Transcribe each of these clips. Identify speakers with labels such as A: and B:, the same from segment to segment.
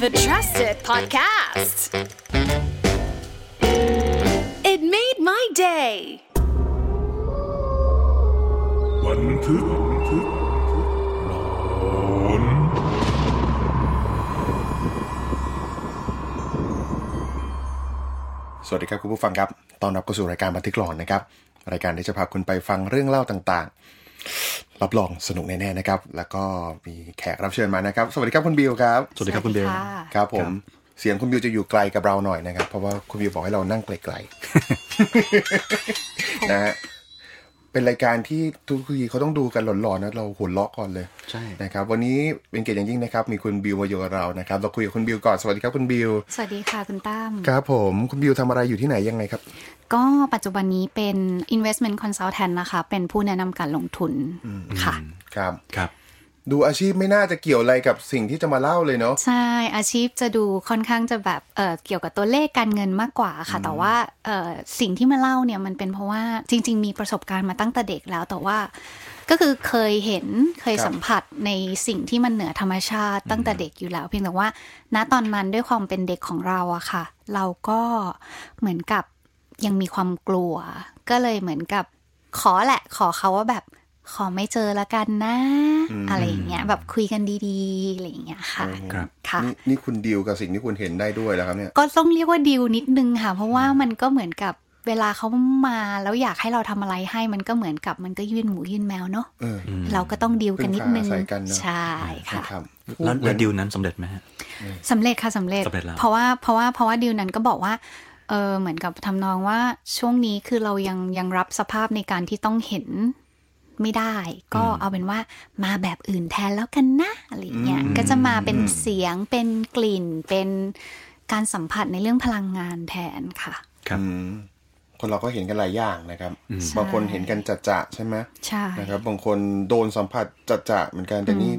A: the Trust It podcast. It made my day.
B: วันทึกวันทึกร้อน
C: สวัสดีครับคุณผู้ฟังครับ ตอนรับเข้าสู่รายการบันทึกหลอนนะครับ รายการที่จะพาคุณไปฟังเรื่องเล่าต่างๆ รับรองสนุกแน่ๆนะครับ แล้วก็มีแขกรับเชิญมานะครับ สวัสดีครับคุณบิวครับ
D: สวัสดีครับคุณเบล
C: ครับผม เสียงคุณบิวจะอยู่ไกลกับเราหน่อยนะครับ เพราะว่าคุณบิวบอกให้เรานั่งไกล ๆ นะฮะ เป็นรายการที่ทุกทีเขาต้องดูกันหลอนๆนะ เราหัวเราะก่อนเลย
D: ใช่
C: นะครับ วันนี้เป็นเกียรติอย่างยิ่งนะครับ มีคุณบิวมาอยู่กับเรานะครับ เราคุยกับคุณบิวก่อน สวัสดีครับคุณบิว
E: สวัสดีค่ะคุณตั้ม
C: ครับผม คุณบิวทำอะไรอยู่ที่ไหนยังไงครับ
E: ก็ปัจจุบันนี้เป็น investment consultant นะคะ เป็นผู้แนะนำการลงทุนค่ะ
C: ครับ
D: ครับ
C: ดูอาชีพไม่น่าจะเกี่ยวอะไรกับสิ่งที่จะมาเล่าเลยเนาะ
E: ใช่ อาชีพจะดูค่อนข้างจะแบบเอ่อเกี่ยวกับตัวเลขการเงินมากกว่าค่ะ แต่ว่าเอ่อสิ่งที่มาเล่าเนี่ยมันเป็นเพราะว่าจริง ๆ มีประสบการณ์มาตั้งแต่เด็กแล้ว แต่ว่า ก็คือเคยเห็นเคย
C: ครับ
E: สัมผัสในสิ่งที่มันเหนือธรรมชาติตั้งแต่เด็กอยู่แล้ว เพียงแต่ว่า ณตอนนั้นด้วยความเป็นเด็กของเราอะค่ะ เราก็เหมือนกับยังมีความกลัว ก็เลยเหมือนกับขอแหละ ขอเขาว่าแบบขอไม่เจอละกันนะ อะไรอย่างเงี้ยแบบคุยกันดีๆอะไรอย่างเงี้ยค่ะ
D: ครับ
E: ค่ะ
C: นี่นี่คุณดีลกับสิ่งที่คุณเห็นได้ด้วยแล้วครับเนี่ย
E: ก็ต้องเรียกว่าดีลนิดนึงค่ะ เพราะว่ามันก็เหมือนกับเวลาเขามาแล้วอยากให้เราทำอะไรให้มันก็เหมือนกับมันก็ยื่นหมูยื่นแมวเนาะ
C: เออ
E: เราก็ต้องดีลกันนิดนึง
C: พึ่งพาอาศัยกันเนอะ
E: ใช่ค่ะ
C: ครับ
D: แล้ว
C: พูเหมื
D: แล้
C: อ
D: วนดิวนั้นสำเร็จไหมฮะ
E: สำเร็จค่ะสำเร็จ
D: สำเร็จแล้ว
E: เพราะว่าเพราะว่าเพราะว่าดีลนั้นก็บอกว่าเออเหมือนกับทำนองว่าช่วงนี้คือเรายังยังรับสภาพในการที่ต้องเห็นไม่ได้ ก็เอาเป็นว่ามาแบบอื่นแทนแล้วกันนะอะไรอย่างเงี้ยก็จะมาเป็นเสียงเป็นกลิ่น เป็นการสัมผัสในเรื่องพลังงานแทนค่ะ
D: ครับ
C: อืมคนเราก็เห็นกันหลายอย่างนะครับ
E: ใช่
C: บางคนเห็นกันจัดจะใช่ไหม
E: ใช่
C: นะครับ บางคนโดนสัมผัสจัดจะเหมือนกันแต่นี่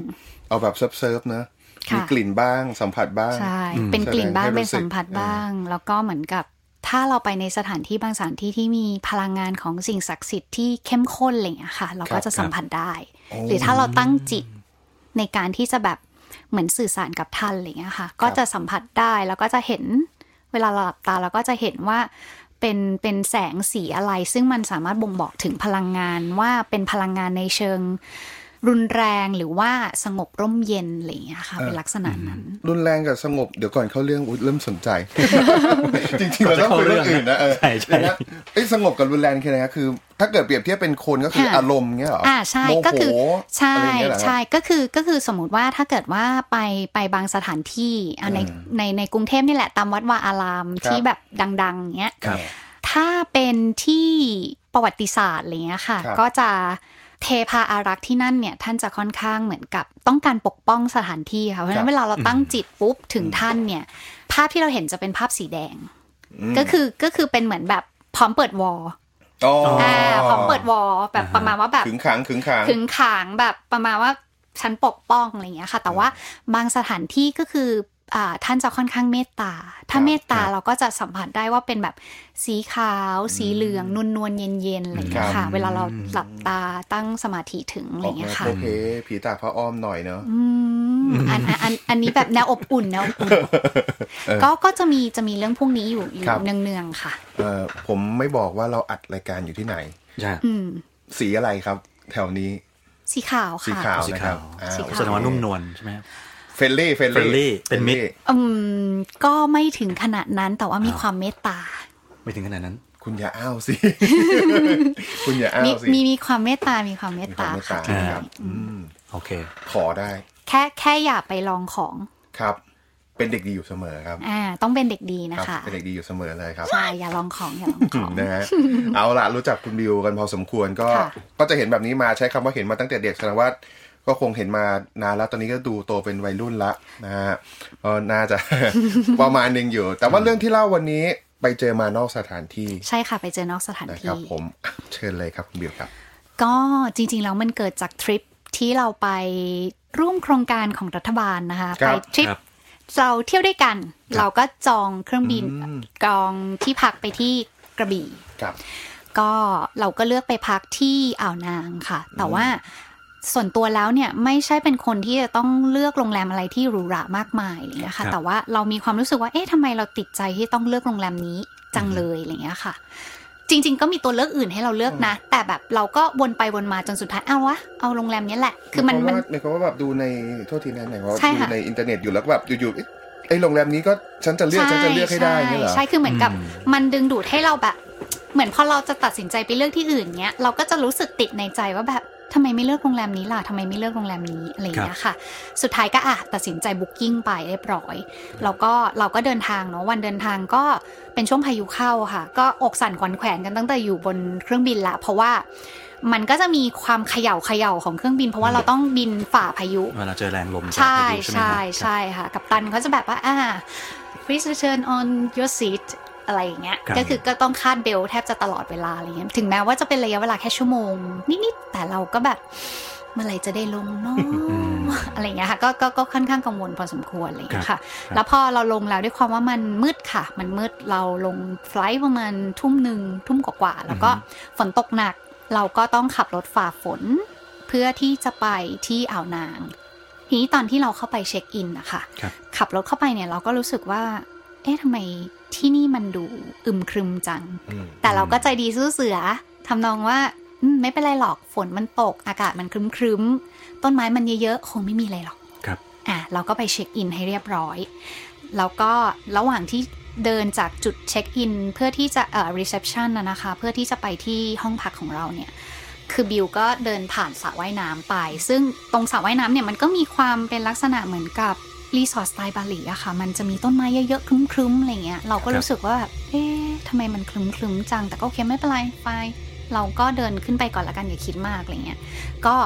C: เอาแบบเซิฟเซิฟๆนะ
E: ค่ะ
C: มีกลิ่นบ้างสัมผัสบ้าง
E: ใช่ เป็นกลิ่นบ้าง
C: แสด
E: เป็น
C: ให้รู้ก
E: สัมผัสบ้าง แล้วก็เหมือนกับ ถ้าเราไปในสถานที่บางสถานที่ที่มีพลังงานของสิ่งศักดิ์สิทธิ์ที่เข้มข้นอะไรอย่างเงี้ยค่ะ เราก็จะสัมผัสได้ หรือถ้าเราตั้งจิตในการที่จะแบบเหมือนสื่อสารกับท่านอะไรอย่างเงี้ยค่ะ ก็จะสัมผัสได้ แล้วก็จะเห็น เวลาเราหลับตาเราก็จะเห็นว่า เป็นเป็นแสงสีอะไร ซึ่งมันสามารถบ่งบอกถึงพลังงานว่าเป็นพลังงานในเชิง รุนแรงหรือว่าสงบร่มเย็นอะไรอย่างเงี้ยค่ะ เป็นลักษณะนั้น
C: รุนแรงกับสงบเดี๋ยวก่อนเข้าเรื่องอุ๊ยเริ่มสน ใจ จริงๆเราต้องคุยเรื่องอื่นนะเออ
D: ใช่ใช่
C: เดี๋ยวนะไอ้สงบกับรุนแรงคืออะไรครับคือ ถ้าเกิดเปรียบเทียบเป็นคนก็คือ
E: ค่ะ
C: อารมณ์เงี้ยเหรออ่า
E: อ่าใช่
C: โมโห
E: ก็คือใช่
C: อะไรอย่างเงี้ยเหรอครับ
E: ใช่ก็คือก็คือสมมติว่าถ้าเกิดว่าไปไปบางสถานที่อ่ะในในในกรุงเทพนี่แหละตามวัดวาอาราม
C: ครับ
E: ที่แบบดังๆเนี้ย
D: ครับ
E: ถ้าเป็นที่ประวัติศาสตร์อะไรเงี้ยค่ะ
C: ครับ
E: ก็จะเทพาอารักษ์ที่นั่นเนี่ยท่านจะค่อนข้างเหมือนกับต้องการปกป้องสถานที่ค่ะเพราะฉะนั้นเวลาเราตั้งจิตปุ๊บถึงท่านเนี่ยภาพที่เราเห็นจะเป็นภาพสีแดง ก็คือก็คือเป็นเหมือนแบบพร้อมเปิดวอล
C: อ๋ออ
E: อ่าพร้อมเปิดวอลแบบประมาณว่าแบบ
C: ขึงขังขึงขัง
E: ถึงขางแบบประมาณว่าฉันปกป้องอะไรอย่างเงี้ยค่ะ แต่ว่าบางสถานที่ก็คืออ่าท่านจะค่อนข้างเมตตา ถ้า
C: ครับ
E: เมตตา
C: ครับ
E: เราก็จะสัมผัสได้ว่าเป็นแบบสีขาว สีเหลืองนวลนวลๆเย็นเย็นๆอะไรอย่างเงี้
C: ค
E: ย
C: รั
E: ค่ะ
C: บ
E: เวลาเราหลับตาตั้งสมาธิถึงอะไรอย่างเงี้ยค่ะ
C: โอเค ผีตาพระอ้อมหน่อยเนาะ
E: อืมอันอันอันอันนี้แบบแนวอบอุ่นแนวอบอุ่นก็ก็จะมีจะมีเรื่องพวกนี้อยู่อยู่
C: ครับ
E: เนืองๆค่ะ
C: เออผมไม่บอกว่าเราอัดรายการอยู่ที่ไหน
D: ใช่
E: อืม
C: สีอะไรครับ แถวนี้
E: สีขาว
C: สีขา
E: ค่ะ
C: ว
D: สี
C: นะค
D: ขา
C: รั
D: ว
C: บอ่า
E: สีข
D: แสดงว่านุ่มนวลใช่ไหมครับ
C: เฟลลี่เฟล
D: friendly เป็นมิตร
E: อืมก็ไม่ถึงขนาดนั้นแต่ว่ามีความเมตตา
D: ไม่ถึงขนาดนั้น
C: คุณอย่าอ้าว สิ คุณอย่าอ้า
E: มี
C: วสิ
E: มีมีความเมตตา มีความเมต
C: มีควา
E: ตาม
C: เมตตา
E: ค่ะ
C: นะครับอืม
D: โอเค
C: ขอได้
E: แค่แค่อย่าไปลองของ
C: ครับ เป็นเด็กดีอยู่เสมอครับ
E: อ่า ต้องเป็นเด็กดีนะครับ คะ
C: เป็นเด็กดีอยู่เสมอเลยครับ
E: ใช่ อย่าลองของ อย่าลองของ
C: นะฮะ เอาละรู้จักคุณบิวกันพอสมควรก็
E: ค่ะ
C: ก็จะเห็นแบบนี้มาใช้คำว่าเห็นมาตั้งแต่เด็กแสดงว่าก็คงเห็นมานานแล้วตอนนี้ก็ดูโตเป็นวัยรุ่นละนะ ฮะก็น่าจะ ประมาณหนึ่งอยู่ แต่ว่าเรื่องที่เล่าวันนี้ไปเจอมานอกสถานที่
E: ใช่ค่ะ ไปเจอนอกสถาน
C: นะครับ
E: ที่
C: ผม เชิญเลยครับคุณบิวครับ
E: ก็จริงๆ แล้วมันเกิดจากทริปที่เราไปร่วมโครงการของรัฐบาลนะคะ
C: ครั
E: ไป
C: บ
E: ทริป
D: ครับ
E: เราเที่ยวด้วยกัน เราก็จองเครื่องบินจองที่พักไปที่กระบี่
C: ครับ
E: ก็เราก็เลือกไปพักที่อ่าวนางค่ะ แต่ว่า ส่วนตัวแล้วเนี่ยไม่ใช่เป็นคนที่จะต้องเลือกโรงแรมอะไรที่หรูหรามากมายอะไรเงี้ย
D: ครั
E: ค่ะ
D: บ
E: แต่ว่าเรามีความรู้สึกว่าเอ๊ะทำไมเราติดใจที่ต้องเลือกโรงแรมนี้จังเลยอะไรเงี้ยค่ะ จริง ๆ ก็มีตัวเลือกอื่นให้เราเลือกนะ แต่แบบเราก็วนไปวนมาจนสุดท้ายเอาวะเอาโรงแรมเนี้ยแหละ คือมัน
C: ห
E: มัน
C: ยาว่าหมายความว่าแบบดูในโทษทีนะหมายความว่า
E: ใช่
C: ดู
E: ค่ะ
C: ในอินเทอร์เน็ตอยู่แล้วก็แบบอยู่ๆเอ๊ะไอ้โรงแรมนี้ก็ฉันจะเลือกฉันจะเลือกให้ได้
E: ใช่
C: เนี่ยเหรอ
E: ใช่คือเหมือนกับ
D: อืม
E: มันดึงดูดให้เราแบบ เหมือนพอเราจะตัดสินใจไปเลือกที่อื่นเนี้ยเราก็จะรู้สึกติดในใจว่าแบบทำไมไม่เลือกโรงแรมนี้ล่ะทำไมไม่เลือกโรงแรมนี้อะไรอย่างเงี้ยค่ะ สุดท้ายก็อ่ะตัดสินใจบุ๊กิ้งไปเรียบร้อยแล้วก็เราก็เดินทางเนาะวันเดินทางก็เป็นช่วงพายุเข้าค่ะ ก็อกสั่นขวัญแขวนกันตั้งแต่อยู่บนเครื่องบินละเพราะว่ามันก็จะมีความเขย่าเขย่าของเครื่องบิน เพราะว่าเราต้องบินฝ่าพายุ
D: เวลาเจอแรงลมจาก
E: ใช่
D: พายุไหม
E: ใช่
D: ฮะ
E: ใช่ค่ะ กับตันเขาจะแบบว่าอ่า please return on your seat อะไรอย่างเงี้ยก็คือก็ต้องคาดเบลแทบจะตลอดเวลาอะไรเงี้ยถึงแม้ว่าจะเป็นระยะเวลาแค่ชั่วโมง นิด ๆ แต่เราก็แบบ เมื่อไหร่จะได้ลงเนาะอะไรอย่างเงี้ยค่ะก็ก็ก็ค่อนข้างกังวลพอสมควรอะไรอย่างเงี้ยค่ะ แล้วพอเราลงแล้วด้วยความว่ามันมืดค่ะ มันมืดเราลงไฟลท์ประมาณทุ่มหนึ่งทุ่มกว่าๆแล้วก็ฝนตกหนัก เราก็ต้องขับรถฝ่าฝน เพื่อที่จะไปที่อ่าวนาง ทีนี้ตอนที่เราเข้าไปเช็คอินนะคะ
D: ครับ
E: ขับรถเข้าไปเนี่ยเราก็รู้สึกว่า เอ๊ะทำไมที่นี่มันดูอึมครึมจัง
C: อืม
E: แต่เราก็ใจดีสู้เสือทำนองว่าอืมไม่เป็นไรหรอก ฝนมันตก อากาศมันครึมครึมๆต้นไม้มันเยอะๆ คงไม่มีอะไรหรอก
D: ครับ
E: อ่ะเราก็ไปเช็คอินให้เรียบร้อย แล้วก็ระหว่างที่เดินจากจุดเช็คอินเพื่อที่จะเอ่อ reception นะนะคะ เพื่อที่จะไปที่ห้องพักของเราเนี่ย คือบิวก็เดินผ่านสระว่ายน้ำไป ซึ่งตรงสระว่ายน้ำเนี่ยมันก็มีความเป็นลักษณะเหมือนกับรีสอร์ทสไตล์บาหลีอะค่ะ มันจะมีต้นไม้เยอะๆครึ้มๆอะไรเงี้ย เราก็
D: ครับ
E: รู้สึกว่าแบบเอ๊ะทำไมมันครึ้มๆจัง แต่ก็โอเคไม่เป็นไรไปเราก็เดินขึ้นไปก่อนละกันอย่าคิดมากอะไรเงี้ย ก็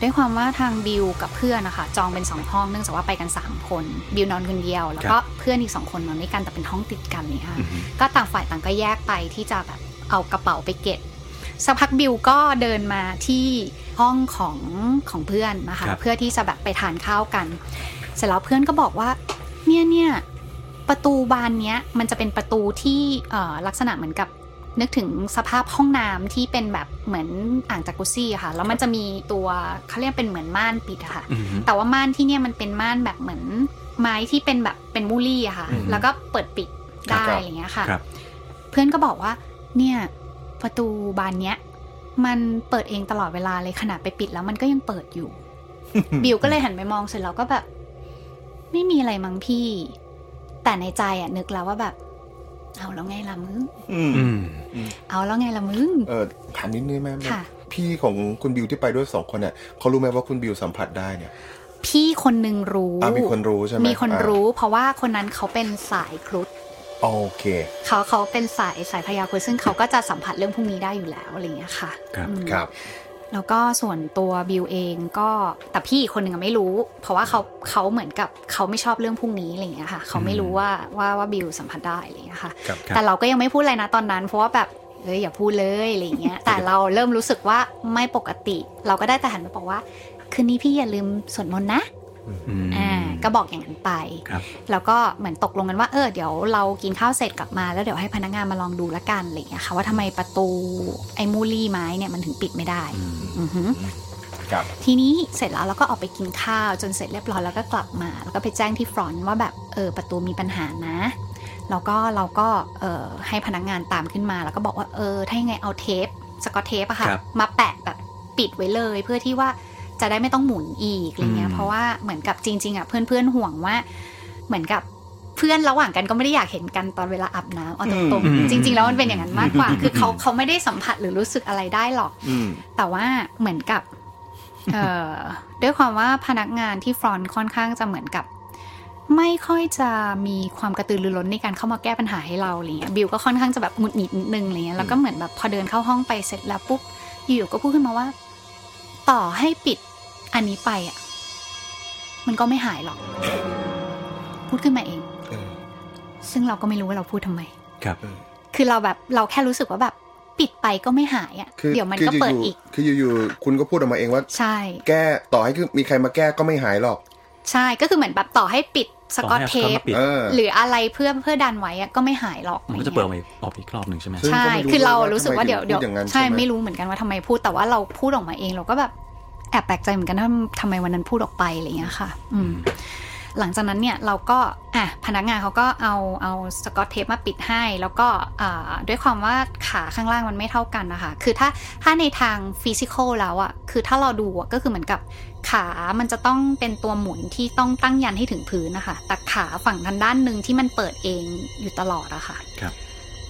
E: ด้วยความว่าทางบิวกับเพื่อนนะคะจองเป็นสองห้องเนื่องจากว่าไปกันสามคนบิวนอนคนเดียว แล้วก็เพื่อนอีกสองคนนอนด้วยกันแต่เป็นห้องติดกันเลยค่ะ
D: อือฮึ
E: ก็ต่างฝ่ายต่างก็แยกไปที่จะแบบเอากระเป๋าไปเก็บสักพักบิวก็เดินมาที่ห้องของของเพื่อนนะคะ
D: ครับ
E: เพื่อที่จะแบบไปทานข้าวกัน เสร็จแล้วเพื่อนก็บอกว่า เนี่ยเนี่ยประตูบานเนี้ยมันจะเป็นประตูที่เอ่อลักษณะเหมือนกับนึกถึงสภาพห้องน้ำที่เป็นแบบเหมือนอ่างจากกุซี่อะค่ะแล้วมันจะมีตัวเขาเรียกเป็นเหมือนม่านปิดอะค่ะ
D: อือฮึ
E: แต่ว่าม่านที่เนี่ยมันเป็นม่านแบบเหมือนไม้ที่เป็นแบบเป็นมูลลี่อะค่ะ
D: อืม
E: แล้วก็เปิดปิด
C: ครั
E: ได้
C: บ
E: อะไรอย่างเงี้ยค่ะ
D: ครับ
E: เพื่อนก็บอกว่า เนี่ยประตูบานเนี้ยมันเปิดเองตลอดเวลาเลยขนาดไปปิดแล้วมันก็ยังเปิดอยู่ บิวก็เลยหันไปมองเสร็จแล้วก็แบบ ไม่มีอะไรมั้งพี่ แต่ในใจอะนึกแล้วว่าแบบ เอาแล้วไงละมึง
C: อืม
D: อืม
E: เอาแล้วไงละมึง
C: เออถามนิดนึงได้ไหม
E: ค่ะ
C: พี่ของคุณบิวที่ไปด้วยสองคนเนี่ยเขารู้ไหมว่าคุณบิวสัมผัสได้เนี่ย
E: พี่คนหนึ่งรู้
C: อ่ะมีคนรู้ใช่ไหม
E: มีคนรู้ เพราะว่าคนนั้นเขาเป็นสายครุฑ
C: โอเค
E: เขาเขาเป็นสายสายพยาครุฑซึ่งเขาก็จะสัมผัสเรื่องพวกนี้ได้อยู่แล้วอะไรอย่างเงี้ยค่ะ
D: ครับ
E: อืม
C: ครับ
E: แล้วก็ส่วนตัวบิวเองก็แต่พี่อีกคนหนึ่งอะไม่รู้ เพราะว่าเขาเขาเหมือนกับเขาไม่ชอบเรื่องพวกนี้อะไรอย่างเงี้ยค่ะ เขาไม่รู้ว่าว่าว่าบิวสัมผัสได้อะไรอย่างเงี้ยค่ะ
D: ครับค
E: แต่
D: รับ
E: เราก็ยังไม่พูดอะไรนะตอนนั้น เพราะว่าแบบเอ้ยอย่าพูดเลยอะไรอย่างเงี้ ย แต่เราเริ่มรู้สึกว่าไม่ปกติ เราก็ได้แต่หันมาบอกว่า คืนนี้พี่อย่าลืมสวดมนต์นะ อ่าก็บอกอย่างนั้นไป
D: ครับ
E: แล้วก็เหมือนตกลงกันว่าเออเดี๋ยวเรากินข้าวเสร็จกลับมาแล้วเดี๋ยวให้พนักงานมาลองดูละกันอะไรอย่างเงี้ยค่ะว่าทำไมประตูไอ้มูลี่ไม้เนี่ยมันถึงปิดไม่ได้อือหือ
C: ครับ
E: ทีนี้เสร็จแล้วเราก็ออกไปกินข้าวจนเสร็จเรียบร้อยแล้วก็กลับมา แล้วก็ไปแจ้งที่ฟรอนต์ว่าแบบเออประตูมีปัญหานะ แล้วก็เราก็เออให้พนักงานตามขึ้นมา แล้วก็บอกว่าเออถ้ายังไงเอาเทปสกอตเทปอะค่ะ
D: ครับ
E: มาแปะแบบปิดไว้เลย เพื่อที่ว่าจะได้ไม่ต้องหมุนอีกอะไรเงี้
D: อื
E: ย
D: ม
E: เพราะว่าเหมือนกับจริงๆอะเพื่อนๆห่วงว่า เหมือนกับเพื่อนระหว่างกันก็ไม่ได้อยากเห็นกันตอนเวลาอาบน้ำเอาตรง
D: อืม
E: ๆจริง ๆ แล้วมันเป็นอย่างนั้นมากกว่า คือเขาเขาไม่ได้สัมผัสหรือรู้สึกอะไรได้หรอก
C: อืม
E: แต่ว่าเหมือนกับเอ่อ ด้วยความว่าพนักงานที่ฟรอนต์ค่อนข้างจะเหมือนกับ ไม่ค่อยจะมีความกระตือรือร้นในการเข้ามาแก้ปัญหาให้เราอะไรเงี้ยบิวก็ค่อนข้างจะแบบหงุดหงิดนิดนึงอะไรเงี้ยแล้วก็เหมือนแบบพอเดินเข้าห้องไปเสร็จแล้วปุ๊บอยู่ๆก็พูดขึ้นมาว่า ต่อให้ปิดอันนี้ไปอ่ะมันก็ไม่หายหรอก พูดขึ้นมาเอง
C: เออ
E: ซึ่งเราก็ไม่รู้ว่าเราพูดทำไม
D: ครับ
E: คือเราแบบเราแค่รู้สึกว่าแบบ ปิดไปก็ไม่หายอ่ะ
C: คือ
E: เดี๋ยวมันก็
C: คื
E: เปิด
C: ยู่ๆ
E: อีก
C: คืออยู่ๆคุณก็พูดออกมาเองว่า
E: ใช่
C: แก้ต่อให้คือมีใครมาแก้ก็ไม่หายหรอก
E: ใช่ก็คือเหมือนแบบต่อให้ปิดสกอตเทป
D: ต่อให้เอาสกอตมาปิด
C: เออ
E: หรืออะไรเพื่อเพื่อดันไว้อะก็ไม่หายหรอก
D: มันก็จะเปิดมาอีกออกอีกรอบหนึ่งใช่ไหม
E: ใช่
C: ซึ่งก็ไม่รู้
E: คือเรารู้สึกว่าเดี๋ยว
C: ว่าทำไมถึงพูดอ
E: เดี๋ยว
C: ย่างนั้นใช่
E: ใช่
C: ไหม
E: ไม่รู้เหมือนกันว่าทำไมพูดแต่ว่าเราพูดออกมาเองเราก็แบบ แอบแปลกใจเหมือนกันว่าทำไมวันนั้นพูดออกไปอะไรอย่างเงี้ยค่ะ อืม หลังจากนั้นเนี่ยเราก็อ่ะพนักงานเขาก็เอาเอาสกอตเทปมาปิดให้ แล้วก็อ่าด้วยความว่าขาข้างล่างมันไม่เท่ากันนะคะคือถ้าถ้าในทางฟิสิกอลแล้วอะ่ะคือถ้าเราดูอะก็คือเหมือนกับขามันจะต้องเป็นตัวหมุนที่ต้องตั้งยันให้ถึงพื้นนะคะแต่ขาฝั่งทางด้านหนึ่งที่มันเปิดเองอยู่ตลอดอะค่ะ
D: ครับ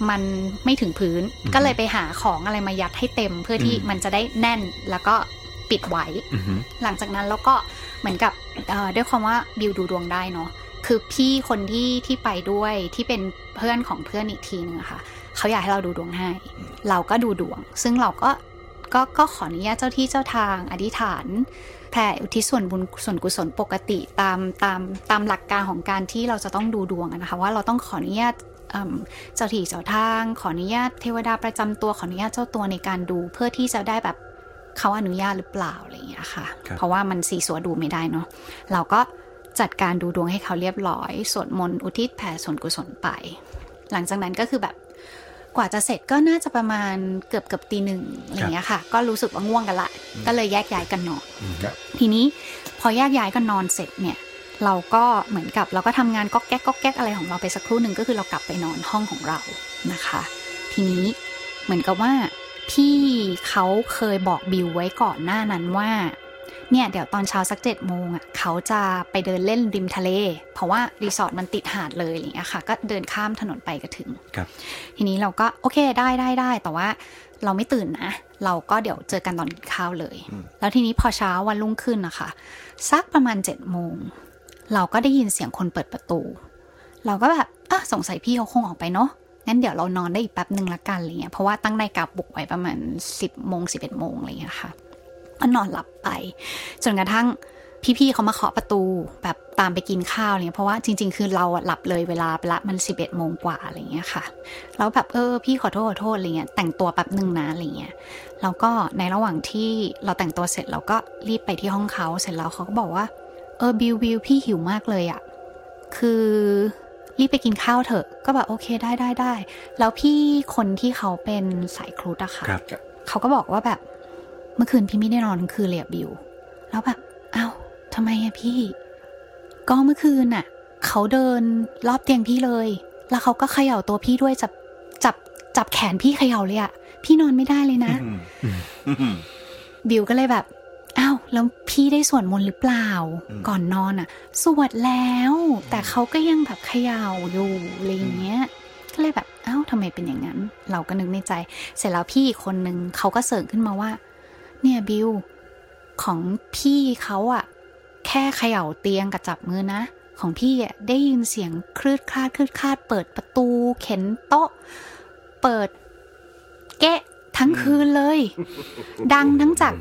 E: มันไม่ถึงพื้น
D: อือฮึ
E: ก็เลยไปหาของอะไรมายัดให้เต็ม เพื่อที่
D: อืม
E: มันจะได้แน่นแล้วก็ปิดไว้
D: อือหือ
E: หลังจากนั้นแล้วก็เหมือนกับเอ่อด้วยความว่าบิวดูดวงได้เนาะคือพี่คนที่ที่ไปด้วยที่เป็นเพื่อนของเพื่อนอีกทีนึงอะค่ะเขาอยากให้เราดูดวงให้ เราก็ดูดวง ซึ่งเราก็ก็ก็ขออนุญาตเจ้าที่เจ้าทางอธิษฐานแผ่อุทิศส่วนบุญส่วนกุศลปกติตามตามตามหลักการของการที่เราจะต้องดูดวงอะนะคะว่าเราต้องขออนุญาตเอิ่มเจ้าที่เจ้าทาง ขออนุญาตเทวดาประจำตัวขออนุญาตเจ้าตัวในการดูเพื่อที่จะได้แบบ เขาอนุญาตหรือเปล่าอะไรอย่างเงี้ยค่ะ
D: ครับ
E: เพราะว่ามันสีสัวดูไม่ได้เนาะ เราก็จัดการดูดวงให้เขาเรียบร้อย สวดมนต์อุทิศแผ่ส่วนกุศลไป หลังจากนั้นก็คือแบบกว่าจะเสร็จก็น่าจะประมาณเกือบเกือบตีหนึ่งอะไรอย่างเงี้ยค่ะ ก็รู้สึกว่าง่วงกันละ ก็เลยแยกย้ายกันนอน
C: ครับ
E: ทีนี้พอแยกย้ายกันนอนเสร็จเนี่ย เราก็เหมือนกับเราก็ทำงานก๊อกแก๊กก๊อกแก๊กอะไรของเราไปสักครู่หนึ่งก็คือเรากลับไปนอนห้องของเรานะคะ ทีนี้เหมือนกับว่าพี่เขาเคยบอกบิวไว้ก่อนหน้านั้นว่า เนี่ยเดี๋ยวตอนเช้าสักเจ็ดโมงอ่ะเขาจะไปเดินเล่นริมทะเล เพราะว่ารีสอร์ทมันติดหาดเลยอะไรอย่างเงี้ยค่ะ ก็เดินข้ามถนนไปก็ถึง
D: ครับ
E: ทีนี้เราก็โอเคได้ได้ได้แต่ว่าเราไม่ตื่นนะ เราก็เดี๋ยวเจอกันตอนกินข้าวเลย แล้วทีนี้พอเช้าวันรุ่งขึ้นนะคะ สักประมาณ7จ็ดโมง เราก็ได้ยินเสียงคนเปิดประตู เราก็แบบอ่ะสงสัยพี่เขาคงออกไปเนาะงั้นเดี๋ยวเรานอนได้อีกแป๊บหนึ่งละกันอะไรเงี้ยเพราะว่าตั้งนาฬิกาปลุกไว้ประมาณ 10บโมงสิบเอ็ดโมงอะไรเงี้ยค่ะก็นอนหลับไป จนกระทั่งพี่ๆเขามาเคาะประตูแบบตามไปกินข้าวอะไรเงี้ยเพราะว่าจริง ๆ คือเราอะหลับเลยเวลาไปละมัน 11บเอ็ดโมงกว่าอะไรเงี้ยค่ะ แล้วแบบเออพี่ขอโทษขอโทษอะไรเงี้ยแต่งตัวแป๊บหนึ่งนะอะไรเงี้ยแล้วก็ในระหว่างที่เราแต่งตัวเสร็จเราก็รีบไปที่ห้องเขาเสร็จแล้วเขาก็บอกว่า เออบิวบิวพี่หิวมากเลยอะคือรีบไปกินข้าวเถอะ ก็แบบโอเคได้ได้ได้แล้วพี่คนที่เขาเป็นสายครุฑอะค่ะ
D: ครับ
E: เขาก็บอกว่าแบบเมื่อคืนพี่ไม่ได้นอนทั้งคืนเลยอะบิว แล้วแบบอ้าวทำไมอะพี่ ก็เมื่อคืนน่ะ เขาเดินรอบเตียงพี่เลย แล้วเขาก็เขย่าตัวพี่ด้วยจับจับจับแขนพี่เขย่าเลยอะพี่นอนไม่ได้เลยนะ บิวก็เลยแบบอ้าวแล้วพี่ได้สวดมนต์หรือเปล่า ก่อนนอนอะสวดแล้ว แต่เขาก็ยังแบบเขย่าอยู่อะไรอย่างเงี้ย ก็เลยแบบอ้าวทำไมเป็นอย่างนั้น เราก็นึกในใจ เสร็จแล้วพี่อีกคนนึงเขาก็เสริมขึ้นมาว่า เนี่ยบิวของพี่เขาอะแค่เขย่าเตียงกับจับมือนะ ของพี่อะได้ยินเสียงคลืดคลาดคลืดคลาด เปิดประตู เข็นโต๊ะ เปิดแกะทั้งคืนเลย ดังทั้งจาก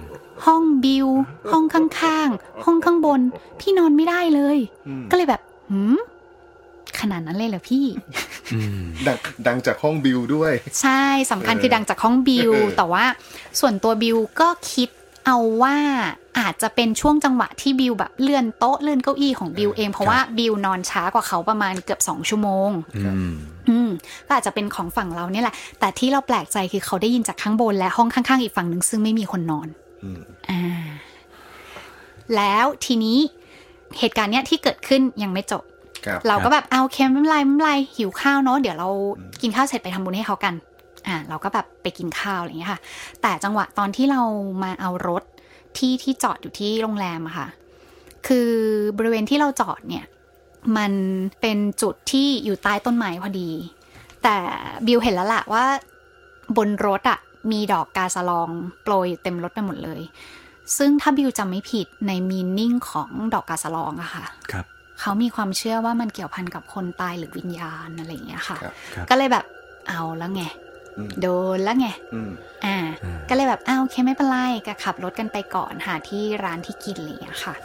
E: ห้องบิว ห้องข้างๆ ห้องข้างบน พี่นอนไม่ได้เลย ก็เลยแบบหืมขนาดนั้นเลยเหรอพี่
C: ดังดังจากห้องบิวด้วย
E: ใช่สำคัญคือ
C: เออ
E: ดังจากห้องบิว
C: เออ
E: แต่ว่าส่วนตัวบิวก็คิดเอาว่าอาจจะเป็นช่วงจังหวะที่บิวแบบเลื่อนโต๊ะเลื่อนเก้าอี้ของบิวเอง เพราะว่าบิวนอนช้ากว่าเขาประมาณเกือบ 2 ชั่วโมง
D: อืม
E: อืมก็อาจจะเป็นของฝั่งเราเนี่ยแหละ แต่ที่เราแปลกใจคือเขาได้ยินจากข้างบนและห้องข้างๆอีกฝั่งหนึ่งซึ่งไม่มีคนนอนอ่าแล้วทีนี้เหตุการณ์เนี้ยที่เกิดขึ้นยังไม่จบ
C: ครับ
E: เราก็แบบเอาเค็มไม่เป็นไรไม่เป็นไรหิวข้าวเนาะเดี๋ยวเรากินข้าวเสร็จไปทำบุญให้เขากัน อ่า เราก็แบบไปกินข้าวอะไรอย่างเงี้ยค่ะ แต่จังหวะตอนที่เรามาเอารถที่ที่จอดอยู่ที่โรงแรมอะค่ะ คือบริเวณที่เราจอดเนี่ย มันเป็นจุดที่อยู่ใต้ต้นไม้พอดี แต่บิวเห็นแล้วล่ะว่า บนรถอะมีดอกกาสะลองโปรยเต็มรถไปหมดเลย ซึ่งถ้าบิวจำไม่ผิดในมีนิ่งของดอกกาสะลองอะค่ะ
D: ครับ
E: เขามีความเชื่อว่ามันเกี่ยวพันกับคนตายหรือวิญญาณอะไรอย่างเงี้ยค่ะ
C: ครับ
D: ครับ
E: ก็เลยแบบเอาแล้วไง
C: อืม
E: โดนแล้วไง
C: อืม
E: อ่า
D: อืม
E: ก็เลยแบบอ้าวโอเคไม่เป็นไรก็ขับรถกันไปก่อนหาที่ร้านที่กินอะไรอย่างเงี้ยค่ะ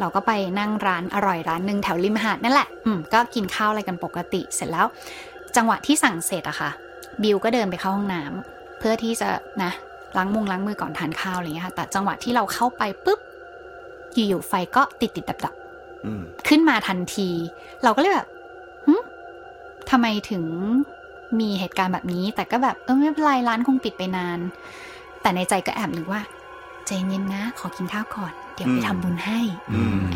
E: เราก็ไปนั่งร้านอร่อยร้านหนึ่งแถวริมหาดนั่นแหละ อืมก็กินข้าวอะไรกันปกติเสร็จแล้ว จังหวะที่สั่งเสร็จอะค่ะ บิวก็เดินไปเข้าห้องน้ำเพื่อที่จะนะล้างมุงล้างมือก่อนทานข้าวอะไรอย่างเงี้ยค่ะ แต่จังหวะที่เราเข้าไปปุ๊บอยู่ๆไฟก็ติดติดดับดับๆ
C: อืม
E: ขึ้นมาทันที เราก็เลยแบบหึทำไมถึงมีเหตุการณ์แบบนี้ แต่ก็แบบ เออไม่เป็นไรร้านคงปิดไปนาน แต่ในใจก็แอบนึกว่า ใจเย็นๆนะ ขอกินข้าวก่อน เดี๋ยวไปทำบุญให้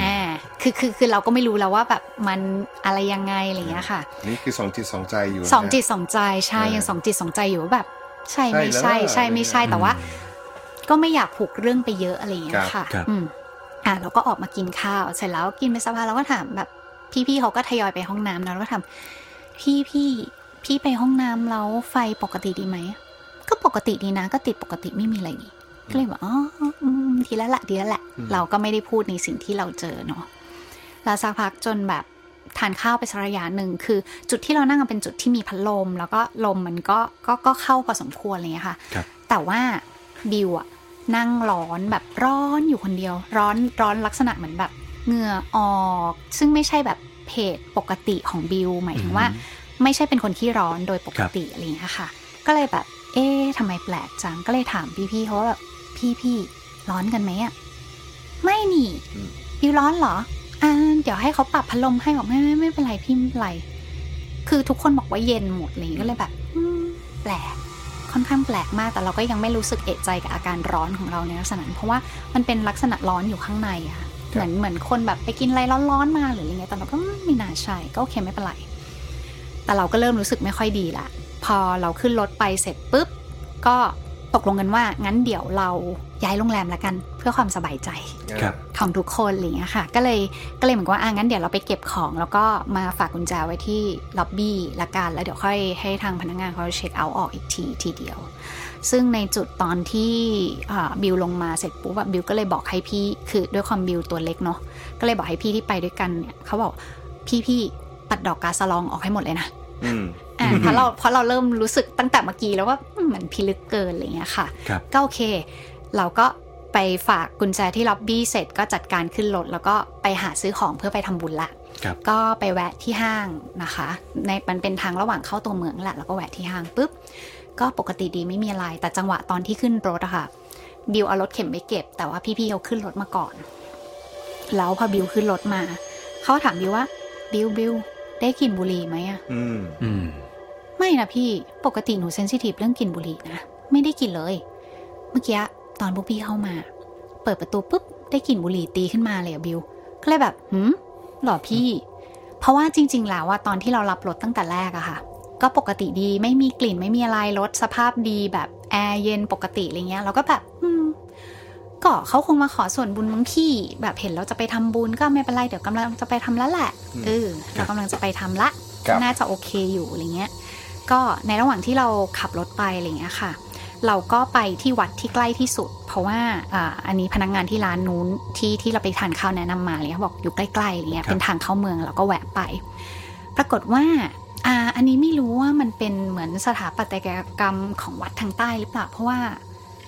E: อ่าคือคือคือเราก็ไม่รู้แล้วว่าแบบมันอะไรยังไงอะไรอย่างเงี้ยค่ะ
C: นี่คือสองจิตสองใจอยู่นะ
E: สองจิตสองใจใช่
C: เออ
E: ยังสองจิตสองใจอยู่ว่าแบบ ใช่
C: ใช่
E: ไม่ใช่
C: แล้ว
E: ใช่ไม่ใช่แต่ว่า ก็ไม่อยากผูกเรื่องไปเยอะอะไรอย่างเงี้ยค่ะ
D: ครับ
E: อืมอ่ะเราก็ออกมากินข้าวเสร็จแล้วกินไปสักพักเราก็ถามแบบ พี่ๆเขาก็ทยอยไปห้องน้ำนะเราก็ถามพี่พี่พี่ไปห้องน้ำแล้วไฟปกติดีไหมก็ปกติดีนะ ก็ติดปกติไม่มีอะไรนี่ก็เลยบอกอ๋ออืมดีแล้วละดีแล้วแหละ เราก็ไม่ได้พูดในสิ่งที่เราเจอเนาะ แล้วสักพักจนแบบทานข้าวไปสักระยะหนึ่งคือ จุดที่เรานั่งกันเป็นจุดที่มีพัดลม แล้วก็ลมมันก็ก็ก็เข้าพอสมควรอะไรอย่างเลยค่ะ
D: ครับ
E: แต่ว่าบิวอะนั่งร้อนแบบร้อนอยู่คนเดียว ร้อนร้อนลักษณะเหมือนแบบเหงื่อออก ซึ่งไม่ใช่แบบเพจปกติของบิวหมายถึงว่า ไม่ใช่เป็นคนที่ร้อนโดยปกติอะไรอย่างเงี้ยค่ะ ก็เลยแบบ เอ๊ะทำไมแปลกจังก็เลยถามพี่ๆเขาว่าแบบพี่พี่ๆร้อนกันไหมอะไม่นี่
C: อืม
E: บิวร้อนเหรอ อ่าเดี๋ยวให้เขาปรับพัดลมให้บอกไม่ไม่ไม่เป็นไรพี่ไม่เป็นไร คือทุกคนบอกว่าเย็นหมดอะไรอย่างเงี้ยก็เลยแบบอืมแปลก ค่อนข้างแปลกมากแต่เราก็ยังไม่รู้สึกเอะใจกับอาการร้อนของเราในลักษณะนั้นเพราะว่ามันเป็นลักษณะร้อนอยู่ข้างในอะค่ะเหมือนเหมือนคนแบบไปกินอะไรร้อนๆมาหรืออะไรเงี้ยแต่เราก็อืมไม่น่าใช่ก็โอเคไม่เป็นไร แต่เราก็เริ่มรู้สึกไม่ค่อยดีละ พอเราขึ้นรถไปเสร็จปุ๊บ ก็ตกลงกันว่างั้นเดี๋ยวเราย้ายโรงแรมละกัน เพื่อความสบายใจ
D: ครับ
E: ของทุกคนอะไรอย่างเงี้ยค่ะ ก็เลยก็เลยเหมือนกับว่าอ่ะงั้นเดี๋ยวเราไปเก็บของ แล้วก็มาฝากกุญแจไว้ที่ล็อบบี้ละกันแล้วเดี๋ยวค่อยให้ทางพนักงานเขาเช็คเอาท์ออกอีกทีทีเดียว ซึ่งในจุดตอนที่อ่าบิวลงมาเสร็จปุ๊บอะบิวก็เลยบอกให้พี่คือด้วยความบิวตัวเล็กเนาะก็เลยบอกให้พี่ที่ไปด้วยกันเนี่ยเขาบอกพี่พี่ๆปัดดอกกาสะลองออกให้หมดเลยนะ
C: อืม
E: อ่ะเพราะเราเพราะเราเริ่มรู้สึกตั้งแต่เมื่อกี้แล้วว่าอืมมันพิลึกเกินอะไรเงี้ยค่ะ
D: ครับ
E: ก็โอเค เราก็ไปฝากกุญแจที่ล็อบบี้เสร็จก็จัดการขึ้นรถแล้วก็ไปหาซื้อของเพื่อไปทำบุญละ
D: ครับ
E: ก็ไปแวะที่ห้างนะคะ ในมันเป็นทางระหว่างเข้าตัวเมืองแหละแล้วก็แวะที่ห้างปุ๊บ ก็ปกติดีไม่มีอะไร แต่จังหวะตอนที่ขึ้นรถอะค่ะ บิวเอารถเข็นไปเก็บ แต่ว่าพี่ๆเขาขึ้นรถมาก่อน แล้วพอบิวขึ้นรถมาเขาถามบิวว่าบิวบิวได้กลิ่นบุหรี่ไหมอะ
C: อืม
D: อืม
E: ไม่นะพี่ ปกติหนูเซนซิทีฟเรื่องกลิ่นบุหรี่นะ ไม่ได้กลิ่นเลย เมื่อกี้ตอนพวกพี่เข้ามา เปิดประตูปุ๊บ ได้กลิ่นบุหรี่ตีขึ้นมาเลยอะบิว ก็เลยแบบหืมหรอพี่ เพราะว่าจริง ๆ แล้วว่าตอนที่เรารับรถตั้งแต่แรกอะค่ะ ก็ปกติดีไม่มีกลิ่นไม่มีอะไรรถสภาพดีแบบแอร์เย็นปกติอะไรเงี้ยเราก็แบบอืมก็เขาคงมาขอส่วนบุญมั้งพี่ แบบเห็นเราจะไปทำบุญก็ไม่เป็นไรเดี๋ยวกำลังจะไปทำแล้วแหละเออเรากำลังจะไปทำละ
C: ครับ
E: น่าจะโอเคอยู่อะไรเงี้ย ก็ในระหว่างที่เราขับรถไปอะไรเงี้ยค่ะ เราก็ไปที่วัดที่ใกล้ที่สุด เพราะว่าอ่าอันนี้พนักงานที่ร้านนู้นที่ที่เราไปทานข้าวแนะนำมาเลยเขาบอกอยู่ใกล้ๆอะไรเงี้ย
D: ครับ
E: เป็นทางเข้าเมืองเราก็แวะไป ปรากฏว่าอ่าอันนี้ไม่รู้ว่ามันเป็นเหมือนสถาปัตยกรรมของวัดทางใต้หรือเปล่า เพราะว่า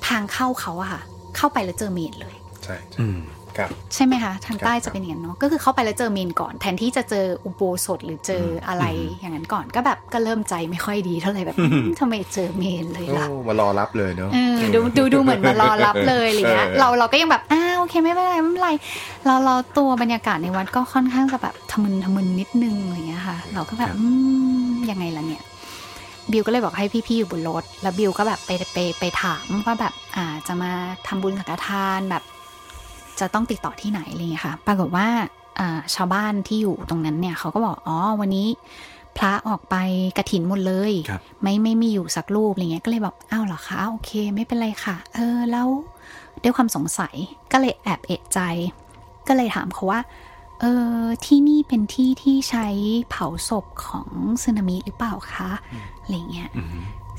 E: ทางเข้าเขาอะค่ะ เข้าไปแล้วเจอเมนเลย
C: ใช่ใช่
D: อืม
C: ครับ
E: ใช่ไหมคะทางใต้
C: ครับ
E: จะเป็นอย่างนั้นเนาะก็คือเข้าไปแล้วเจอเมนก่อน แทนที่จะเจออุโบสถหรือเจออะไรอย่างนั้นก่อนก็แบบก็เริ่มใจไม่ค่อยดีเท่าไหร่แบบทำไมเจอเมนเลย
C: โอ้
E: ล่ะ
C: มารอรับเลยเนาะ
E: เออดูดูดูเหมือนมารอรับเลยอะไรเงี้ย
C: เออ
E: เราเราก็ยังแบบอ้าวโอเคไม่เป็นไรไม่เป็นไรเราเราตัวบรรยากาศในวัดก็ค่อนข้างจะแบบทะมึนทะมึนนิดนึงอะไรเงี้ยค่ะ เราก็แบบ
D: ครับ
E: อืมยังไงล่ะเนี่ย บิวก็เลยบอกให้พี่ๆอยู่บนรถ แล้วบิวก็แบบไปไปไปถามว่าแบบอ่าจะมาทำบุญสังฆทานแบบ จะต้องติดต่อที่ไหนอะไรอย่างเงี้ยค่ะ ปรากฏว่าอ่าชาวบ้านที่อยู่ตรงนั้นเนี่ยเขาก็บอกอ๋อวันนี้ พระออกไปกระถินหมดเลย
D: ครับ
E: ไม่ไม่มีอยู่สักรูปอะไรเงี้ยก็เลยแบบอ้าวเหรอคะโอเค ไม่เป็นไรค่ะ เออแล้วด้วยความสงสัยก็เลยแอบเอะใจ ก็เลยถามเขาว่า เออที่นี่เป็นที่ที่ใช้เผาศพของสึนามิหรือเปล่าคะอะไรเงี้ย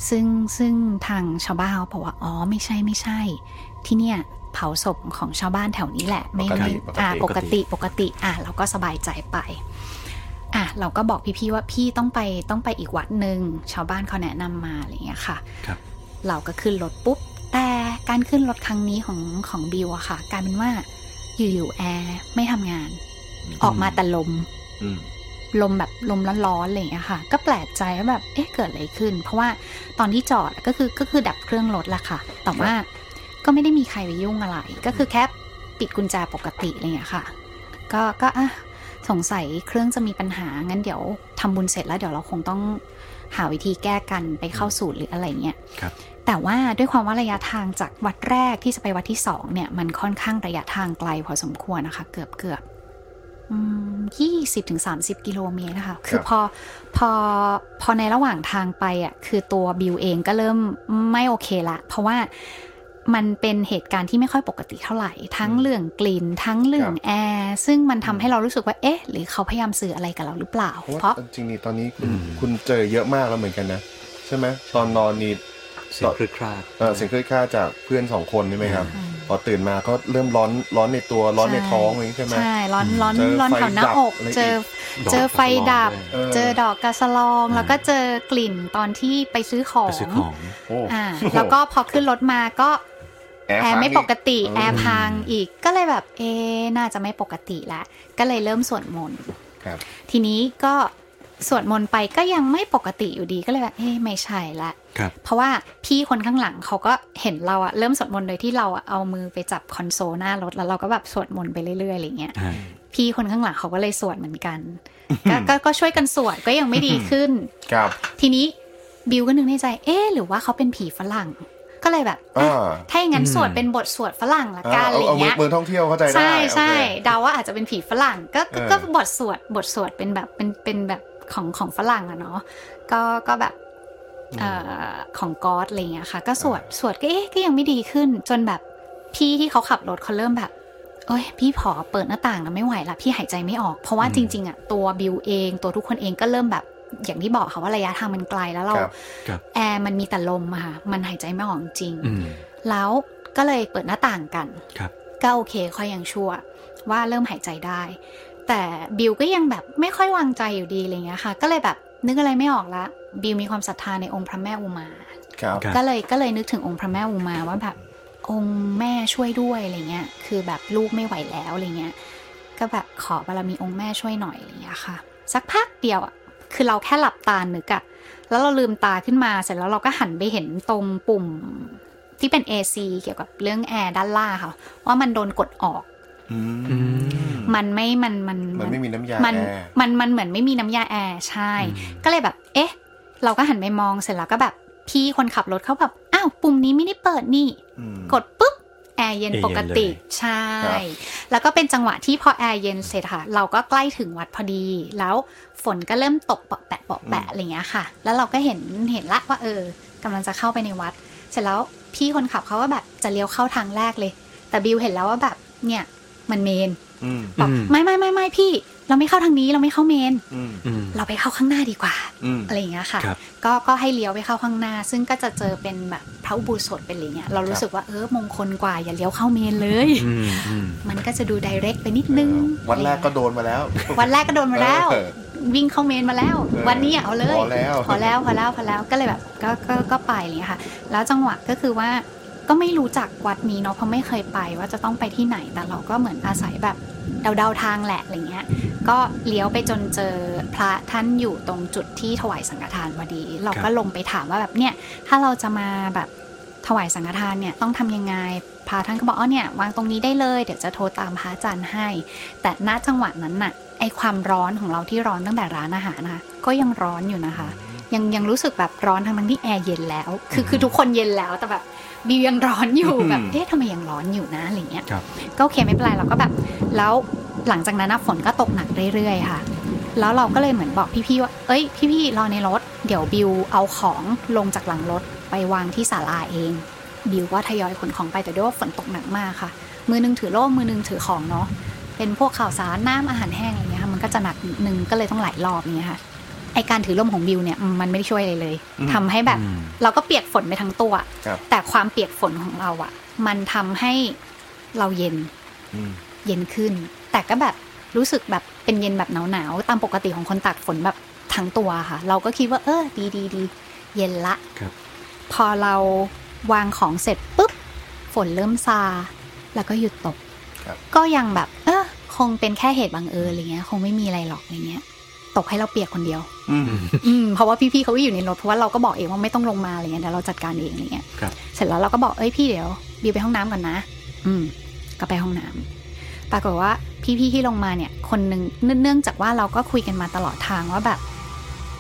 E: ซึ่งซึ่งทางชาวบ้านเขาบอกว่าอ๋อไม่ใช่ไม่ใช่ ที่เนี่ยเผาศพของชาวบ้านแถวนี้แหละ ไม่
C: ปกติ
E: ไม่
C: ปกติ
E: อ่าปกติปกติอ่ะเราก็สบายใจไป อ่ะเราก็บอกพี่ๆว่าพี่ต้องไปต้องไปอีกวัดหนึ่งชาวบ้านเขาแนะนำมาอะไรเงี้ยค่ะ
D: ครับ
E: เราก็ขึ้นรถปุ๊บ แต่การขึ้นรถครั้งนี้ของของบิวอะค่ะกลายเป็นว่าอยู่ๆแอร์ไม่ทำงาน ออกมาแต่ลม
C: อืม
E: ลมแบบลมร้อนๆอะไรอย่างเงี้ยค่ะ ก็แปลกใจว่าแบบเอ๊ะเกิดอะไรขึ้น เพราะว่าตอนที่จอดก็คือก็คือดับเครื่องรถละค่ะ แต่ว่าก็ไม่ได้มีใครไปยุ่งอะไร ก็คือแค่ปิดกุญแจปกติอะไรอย่างเงี้ยค่ะ ก็ก็อ่ะสงสัยเครื่องจะมีปัญหางั้นเดี๋ยวทำบุญเสร็จแล้วเดี๋ยวเราคงต้องหาวิธีแก้กันไปเข้าสูตรหรืออะไรเงี้ย
D: ครับ
E: แต่ว่าด้วยความว่าระยะทางจากวัดแรกที่จะไปวัดที่สองเนี่ย มันค่อนข้างระยะทางไกลพอสมควรนะคะ เกือบเกือบยี่สิบถึงสามสิบกิโลเมตรนะคะ คือพอพอพอในระหว่างทางไปอ่ะคือตัวบิวเองก็เริ่มไม่โอเคละ เพราะว่ามันเป็นเหตุการณ์ที่ไม่ค่อยปกติเท่าไหร่ ทั้งเรื่องกลิ่นทั้งเรื่องแอร์ซึ่งมันทำให้เรารู้สึกว่าเอ๊ะ หรือเขาพยายามสื่ออะไรกับเราหรือเปล่า
C: เพราะว่า
E: เพราะ
C: จริงๆนี่ตอนนี้คุณคุณเจอเยอะมากแล้วเหมือนกันนะ ใช่ไหมตอนนอนนี่
D: เสียงคลืดคลาด
C: เอ่อสิ่งเคยค่าจากเพื่อนสองคนใช่ไหมครับพอตื่นมาก็เริ่มร้อนร้อนในตัวร้อนในท้องอะไรอย่างนี้ใช่ไหม
E: ใช่ร้อนร้อน
C: เจอ
E: ร้อน
C: ไฟ
E: แถวหน้า
C: ดับอก อะไรอีก
E: เจอ
D: ดอก
E: เจอไฟดับ
D: กระสลอ
C: เออ
D: งด้วย
E: เจอดอกกระสลอง แล้วก็เจอกลิ่นตอนที่ไปซื้อขอ
D: ไป
E: ง
D: ซื้อของ
C: โอ้
E: อ่าแล้วก็พอขึ้นรถมาก็
C: แอ
E: แอ
C: พั
E: ร์
C: ง
E: ไม่
C: อี
E: ปกติ
C: เออ
E: แอร์พังอีกก็เลยแบบเอะน่าจะไม่ปกติละก็เลยเริ่มสวดมนต์
C: ครับ
E: ทีนี้ก็สวดมนต์ไปก็ยังไม่ปกติอยู่ดีก็เลยแบบเอ๊ะไม่ใช่ละ
D: ครับ
E: เพราะว่าพี่คนข้างหลังเขาก็เห็นเราอะเริ่มสวดมนต์โดยที่เราอะเอามือไปจับคอนโซลหน้ารถแล้วเราก็แบบสวดมนต์ไปเรื่อยๆอะไรเงี้ย
D: อ่า
E: พี่คนข้างหลังเขาก็เลยสวดเหมือนกันกก็ก็ช่วยกันสวดก็ยังไม่ดีขึ้น
C: ครับ
E: ทีนี้บิวก็นึกในใจ เอ๊ะหรือว่าเขาเป็นผีฝรั่ง ก็เลยแบบ
C: อ่า
E: อ่ะถ้าอย่างนั้นสวดเป็นบทสวดฝรั่งละ
C: อ่า
E: กันอะ
C: เอา
E: ไร
C: เอามื
E: เงี้
C: อยมือท่องเที่ยวเข้าใจได้
E: ใช่
C: โอเค
E: ใช่เดาว่าอาจจะเป็นผีฝรั่งก็ก็
C: เออ
E: ก็บทสวดบทสวดเป็นแบบเป็นเป็นแบบของของฝรั่งอะเนาะก็ก็แบบเอ่อของก๊อตอะไรเงี้ยค่ะ ก็สวดสวดก็เอ๊ะก็ยังไม่ดีขึ้น จนแบบพี่ที่เขาขับรถเขาเริ่มแบบ เอ้ยพี่พอเปิดหน้าต่างอะไม่ไหวละพี่หายใจไม่ออก เพราะว่าจริง ๆอะตัวบิวเองตัวทุกคนเองก็เริ่มแบบอย่างที่บอกค่ะว่าระยะทางมันไกลแล้วเรา
C: ครับ
D: ครับ
E: แอร์มันมีแต่ลมอะค่ะมันหายใจไม่ออกจริง
D: อืม
E: แล้วก็เลยเปิดหน้าต่างกัน
D: ครับ
E: ก็โอเคค่อยยังชั่วว่าเริ่มหายใจได้ แต่บิวก็ยังแบบไม่ค่อยวางใจอยู่ดีอะไรเงี้ยค่ะ ก็เลยแบบนึกอะไรไม่ออกละบิวมีความศรัทธาในองค์พระแม่อุมา
C: ครับ
D: ครับ
E: ก็เลยก็เลยนึกถึงองค์พระแม่อุมาว่าแบบองค์แม่ช่วยด้วยอะไรเงี้ย คือแบบลูกไม่ไหวแล้วอะไรเงี้ย ก็แบบขอบารมีองค์แม่ช่วยหน่อยอะไรเงี้ยค่ะ สักพักเดียวอ่ะคือเราแค่หลับตานึกอะแล้วเราลืมตาขึ้นมาเสร็จแล้วเราก็หันไปเห็นตรงปุ่มที่เป็น AC เกี่ยวกับเรื่องแอร์ด้านล่างค่ะ ว่ามันโดนกดออก
D: อืม
E: มันไม่มันมัน
C: มันไม่มีน้ำยา
E: มัน
C: แอร์
E: มันมันเหมือนไม่มีน้ำยาแอร์ใช่ ก็เลยแบบ เอ๊ะ เราก็หันไปมองเสร็จแล้วก็แบบ พี่คนขับรถเขาแบบ อ้าว ปุ่มนี้ไม่ได้เปิดนี่
C: อืม
E: กดปุ๊บ แอร์เย็น
D: แอร์เย็น
E: ปกติ
D: เลย
E: ใช่
C: ครับ
E: แล้วก็เป็นจังหวะที่พอแอร์เย็นเสร็จค่ะ เราก็ใกล้ถึงวัดพอดี แล้วฝนก็เริ่มตกเปาะแปะเปาะแปะอะไรอย่างเงี้ยค่ะ แล้วเราก็เห็นเห็นละว่าเออกำลังจะเข้าไปในวัด เสร็จแล้วพี่คนขับเขาก็แบบจะเลี้ยวเข้าทางแรกเลย แต่บิวเห็นแล้วว่าแบบ เนี่ย มันเมน
C: อืม
E: บอก
D: อืม
E: ไม่ไม่ไม่ไม่พี่ เราไม่เข้าทางนี้เราไม่เข้าเมน
C: อืม
D: อืม
E: เราไปเข้าข้างหน้าดีกว่า
C: อืม
E: อะไรอย่างเงี้ยค่ะ
D: ครับ
E: ก็ก็ให้เลี้ยวไปเข้าข้างหน้า ซึ่งก็จะเจอเป็นแบบพระอุโบูสถเป็นอะไรเงี้ยเรารู้สึกว่าเออมงคลกว่าอย่าเลี้ยวเข้าเมนเลย
D: อืมอืม
E: มันก็จะดูไดเรกไปนิดนึง
C: วันแรกก็โดนมาแล้ว
E: วันแรกก็โดนมาแล้ว
C: เออ
E: วิ่งเข้าเมนมาแล้ว
C: เออ
E: วันนี้อย่าเอาเลย
C: พอแล้ว
E: พอแล้วพอแล้วพอแล้วก็เลยแบบก็ก็ก็ไปอะไรเลยค่ะ แล้วจังหวะก็คือว่าก็ไม่รู้จักวัดนี้เนาะเพราะไม่เคยไปว่าจะต้องไปที่ไหนแต่เราก็เหมือนอาศัยแบบเดาๆทางแหละอะไรเงี้ย ก็เลี้ยวไปจนเจอพระท่านอยู่ตรงจุดที่ถวายสังฆทานพอดี เราก็ลงไปถามว่าแบบเนี่ย ถ้าเราจะมาแบบถวายสังฆทานเนี่ยต้องทำยังไงพระท่านก็บอกอ๋อเนี่ยวางตรงนี้ได้เลยเดี๋ยวจะโทรตามพระอาจารย์ให้ แต่ณจังหวะนั้นน่ะไอความร้อนของเราที่ร้อนตั้งแต่ร้านอาหารนะคะก็ยังร้อนอยู่นะคะ ยังยังรู้สึกแบบร้อนทั้งทั้งที่แอร์เย็นแล้ว คือคือทุกคนเย็นแล้วแต่แบบบิวยังร้อนอยู่แบบเอ๊ะทำไมยังร้อนอยู่นะอะไรเงี้ย
D: ครับ
E: ก็โอเคไม่เป็นไรเราก็แบบ แล้วหลังจากนั้นนะฝนก็ตกหนักเรื่อยๆค่ะ แล้วเราก็เลยเหมือนบอกพี่ๆว่า เอ้ยพี่ๆรอในรถ เดี๋ยวบิวเอาของลงจากหลังรถไปวางที่ศาลาเอง บิวก็ทยอยขนของไปแต่ด้วยว่าฝนตกหนักมากค่ะ มือนึงถือร่มมือนึงถือของเนาะเป็นพวกข่าวสารน้ำอาหารแห้งอะไรเงี้ยค่ะมันก็จะหนักนิดนึงก็เลยต้องหลายรอบเนี่ยค่ะไอการถือร่มของบิวเนี่ยอืมมันไม่ได้ช่วยอะไรเลยทำให้แบบ
D: อืม
E: เราก็เปียกฝนไปทั้งตัว
C: ครับ
E: แต่ความเปียกฝนของเราอะ่ะ มันทำให้เราเย็น
C: อืม
E: เย็นขึ้น แต่ก็แบบรู้สึกแบบเป็นเย็นแบบหนาวๆ ตามปกติของคนตากฝนแบบทั้งตัวค่ะ เราก็คิดว่าเออดีดีดีเย็นละ
D: ครับ
E: พอเราวางของเสร็จปุ๊บ ฝนเริ่มซา แล้วก็หยุดตก
C: ครับ
E: ก็ยังแบบ เออคงเป็นแค่เหตุบังเอิญอะไรเงี้ย คงไม่มีอะไรหรอกอะไรเงี้ย ตกให้เราเปียกคนเดียว
C: อืม
E: อืมเพราะว่าพี่ๆเขาก็อยู่ในรถเพราะว่าเราก็บอกเองว่าไม่ต้องลงมาอะไรเงี้ยเดี๋ยวเราจัดการเองอะไรเงี้ย
D: ครับ
E: เสร็จแล้วเราก็บอกเอ้ยพี่เดี๋ยวบิวไปห้องน้ำก่อนนะ อืม ก็ไปห้องน้ำปรากฏว่าพี่ๆที่ลงมาเนี่ย คนหนึ่งเนื่องเนื่องจากว่าเราก็คุยกันมาตลอดทางว่าแบบ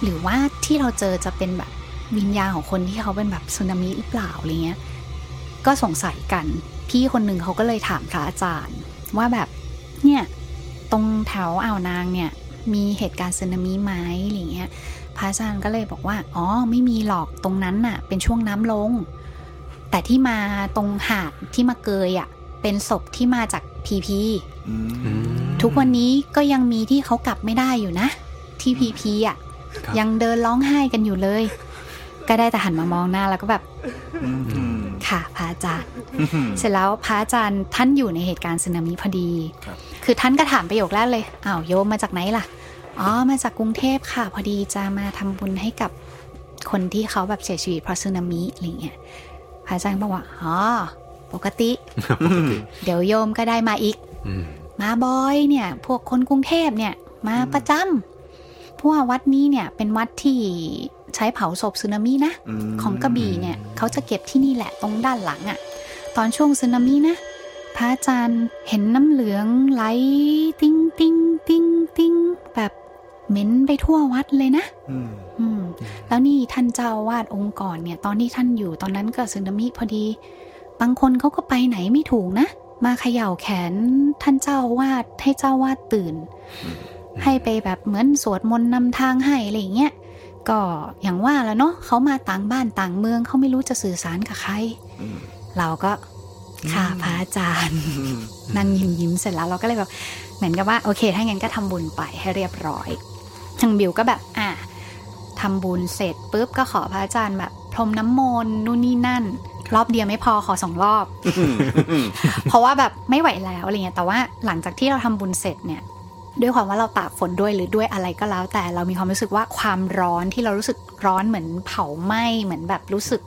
E: หรือว่าที่เราเจอจะเป็นแบบ วิญญาณของคนที่เขาเป็นแบบสึนามิหรือเปล่าอะไรเงี้ย ก็สงสัยกัน พี่คนหนึ่งเขาก็เลยถามพระอาจารย์ ว่าแบบเนี่ยตรงแถวอ่าวนางเนี่ยมีเหตุการณ์สึนามิไหมอะไรเงี้ย พระอาจารย์ก็เลยบอกว่า อ๋อ ไม่มีหรอกตรงนั้นน่ะ เป็นช่วงน้ำลง แต่ที่มาตรงหาดที่มาเกยอ่ะ เป็นศพที่มาจากพีพี
D: อืม
E: ทุกวันนี้ก็ยังมีที่เขากลับไม่ได้อยู่นะ ที่พีพีอ่ะ
D: ครับ
E: ยังเดินร้องไห้กันอยู่เลย ก็ได้แต่หันมามองหน้าแล้วก็แบบ ค่ะพระอาจารย์ เสร็จแล้วพระอาจารย์ท่านอยู่ในเหตุการณ์สึนามิพอดี
C: ครับ
E: คือท่านก็ถามประโยคแรกเลย อ้าวโยมมาจากไหนล่ะ อ๋อ มาจากกรุงเทพค่ะ พอดีจะมาทำบุญให้กับคนที่เขาแบบเสียชีวิตเพราะสึนามิอะไรเงี้ย พระอาจารย์ก็บอกว่า อ๋อ ปกติ เดี๋ยวโยมก็ได้มาอีก
D: อืม
E: มาบอยเนี่ย พวกคนกรุงเทพเนี่ย มาประจำเพราะว่าวัดนี้เนี่ยเป็นวัดที่ใช้เผาศพสึนามินะ ของกระบี่เนี่ยเขาจะเก็บที่นี่แหละตรงด้านหลังอะ่ะ ตอนช่วงสึนามินะ พระอาจารย์เห็นน้ำเหลืองไหลติ้งติ้งติ้งติ้งแบบเหม็นไปทั่ววัดเลยนะ อืมแล้วนี่ท่านเจ้าอาวาดองค์ก่อนเนี่ย ตอนที่ท่านอยู่ตอนนั้นก็สึนามิพอดี บางคนเขาก็ไปไหนไม่ถูกนะ มาเขย่าแขนท่านเจ้าอาวาดให้เจ้าอาวาดตื่น ให้ไปแบบเหมือนสวดมนต์นำทางให้อะไรอย่างเงี้ยก็อย่างว่าแล้วเนาะเขามาต่างบ้านต่างเมืองเขาไม่รู้จะสื่อสารกับใคร เราก็ค่ะพระอาจารย์ นั่งยิ้มยิ้มๆเสร็จแล้วเราก็เลยแบบเหมือนกับว่าโอเค ถ้างั้นก็ทำบุญไปให้เรียบร้อยทางบิวก็แบบอ่ะทำบุญเสร็จปุ๊บก็ขอพระอาจารย์แบบพรมน้ำมนต์นู่นนี่นั่น รอบเดียวไม่พอขอสองรอบ เพราะว่าแบบไม่ไหวแล้วอะไรเงี้ยแต่ว่าหลังจากที่เราทำบุญเสร็จเนี่ย ด้วยความว่าเราตากฝนด้วยหรือด้วยอะไรก็แล้ว แต่เรามีความรู้สึกว่าความร้อนที่เรารู้สึกร้อนเหมือนเผาไหม้เหมือนแบบรู้สึก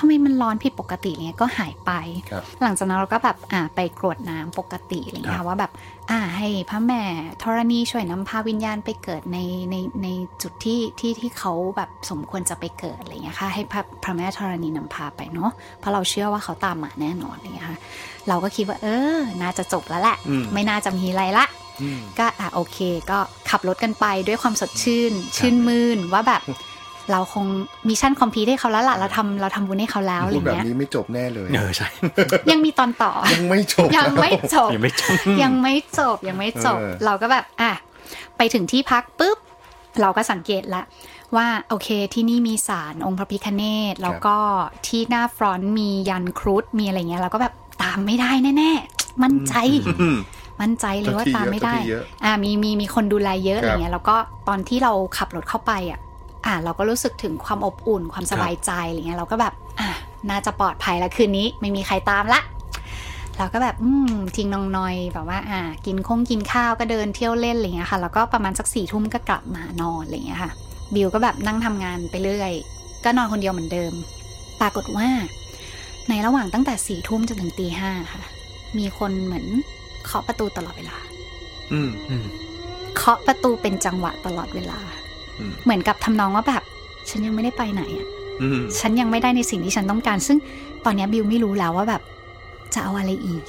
E: ทำไมมันร้อนผิดปกติเนี่ยก็หายไป
C: ครับ
E: หลังจากนั้นเราก็แบบอ่าไปกรวดน้ำปกติอะไรเงี้ยค่ะว่าแบบอ่าให้พระแม่ธรณีช่วยนำพาวิญญาณไปเกิดในในในจุดที่ที่ที่เขาแบบสมควรจะไปเกิดอะไรเงี้ยค่ะให้พระพระแม่ธรณีนำพาไปเนาะเพราะเราเชื่อว่าเขาตามมาแน่นอนอะไรเงี้ยค่ะ เราก็คิดว่าเออ น่าจะจบแล้วแหละ ไม่น่าจะมีอะไรละ ก็อ่ะโอเค ก็ขับรถกันไปด้วยความสดชื่น ชื่นมื่นว่าแบบ เราคงมิชชั่นคอมพลีทให้เขาแล้วล่ะ เราทำเราทำบุญให้เขาแล้วอะไร
C: พูดแบบ
E: เงี้ย
C: นี้ไม่จบแน่เลย
D: เออใช่
E: ยังมีตอนต่อ
C: ยังไม่จบ
E: ยังไม่จบ
D: ยังไม่จบ
E: ยังไม่จบยังไม่จบ
C: เออ
E: เราก็แบบอ่ะไปถึงที่พักปุ๊บ เราก็สังเกตละว่าโอเคที่นี่มีศาลองค์พระพิคเนตแล้วก็ที่หน้าฟรอนต์มียันครุฑมีอะไรเงี้ยเราก็แบบตามไม่ได้แน่ๆ มั่นใจ มั่นใจเลยว่า
C: เจ้าที่
E: ตามไม่
C: เยอะ
E: ได้
C: เจ้าที่เยอะ
E: อ่ามีมีมีคนดูแลเยอะ
C: ครับ
E: อะไรเงี้ยแล้วก็ตอนที่เราขับรถเข้าไปอ่ะอ่าเราก็รู้สึกถึงความอบอุ่นความสบายใจอะไรเงี้ยเราก็แบบอ่าน่าจะปลอดภัยแล้วคืนนี้ไม่มีใครตามละ เราก็แบบอืมทิ้งน้องนอยแบบว่า อ่า กินคงกินข้าวก็เดินเที่ยวเล่นอะไรเงี้ยค่ะ แล้วก็ประมาณสักสี่ทุ่มก็กลับมานอนอะไรเงี้ยค่ะ บิวก็แบบนั่งทำงานไปเรื่อย ก็นอนคนเดียวเหมือนเดิม ปรากฏว่า ในระหว่างตั้งแต่สี่ทุ่มจนถึงตีห้าค่ะ มีคนเหมือนเคาะประตูตลอดเวลา
D: อืม
E: เคาะประตูเป็นจังหวะตลอดเวลา
C: อืม
E: เหมือนกับทำนองว่าแบบ ฉันยังไม่ได้ไปไหนอะฉันยังไม่ได้ในสิ่งที่ฉันต้องการ ซึ่งตอนเนี้ยบิวไม่รู้แล้วว่าแบบ จะเอาอะไรอีก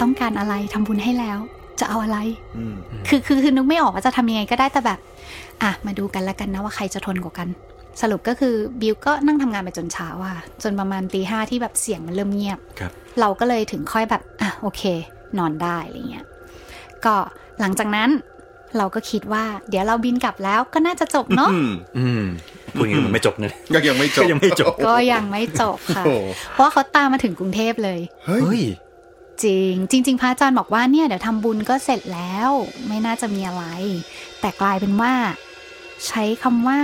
E: ต้องการอะไรทำบุญให้แล้ว จะเอาอะไร คือคือคือนึกไม่ออกว่าจะทำยังไงก็ได้แต่แบบ อ่ะ มาดูกันละกันนะว่าใครจะทนกว่ากัน สรุปก็คือบิวก็นั่งทำงานไปจนเช้าอ่ะจนประมาณตีห้าที่แบบเสียงมันเริ่มเงียบ
D: ครับ
E: เราก็เลยถึงค่อยแบบ อ่ะ โอเค นอนได้อะไรเงี้ยก็หลังจากนั้นเราก็คิดว่า เดี๋ยวเราบินกลับแล้วก็น่าจะจบเนาะ
D: อืมพูดอย่างนี้มันไม่จบนะ
C: ก็ยังไม่จบ
D: ก็ยังไม่จบ
E: ก็ยังไม่จบค่ะ
C: โอ้โห
E: เพราะว่าเขาตามมาถึงกรุงเทพเลย
C: เฮ้ย
D: เฮ้ย
E: จริงจริง ๆ พระอาจารย์บอกว่าเนี่ยเดี๋ยวทำบุญก็เสร็จแล้ว ไม่น่าจะมีอะไร แต่กลายเป็นว่า ใช้คำว่า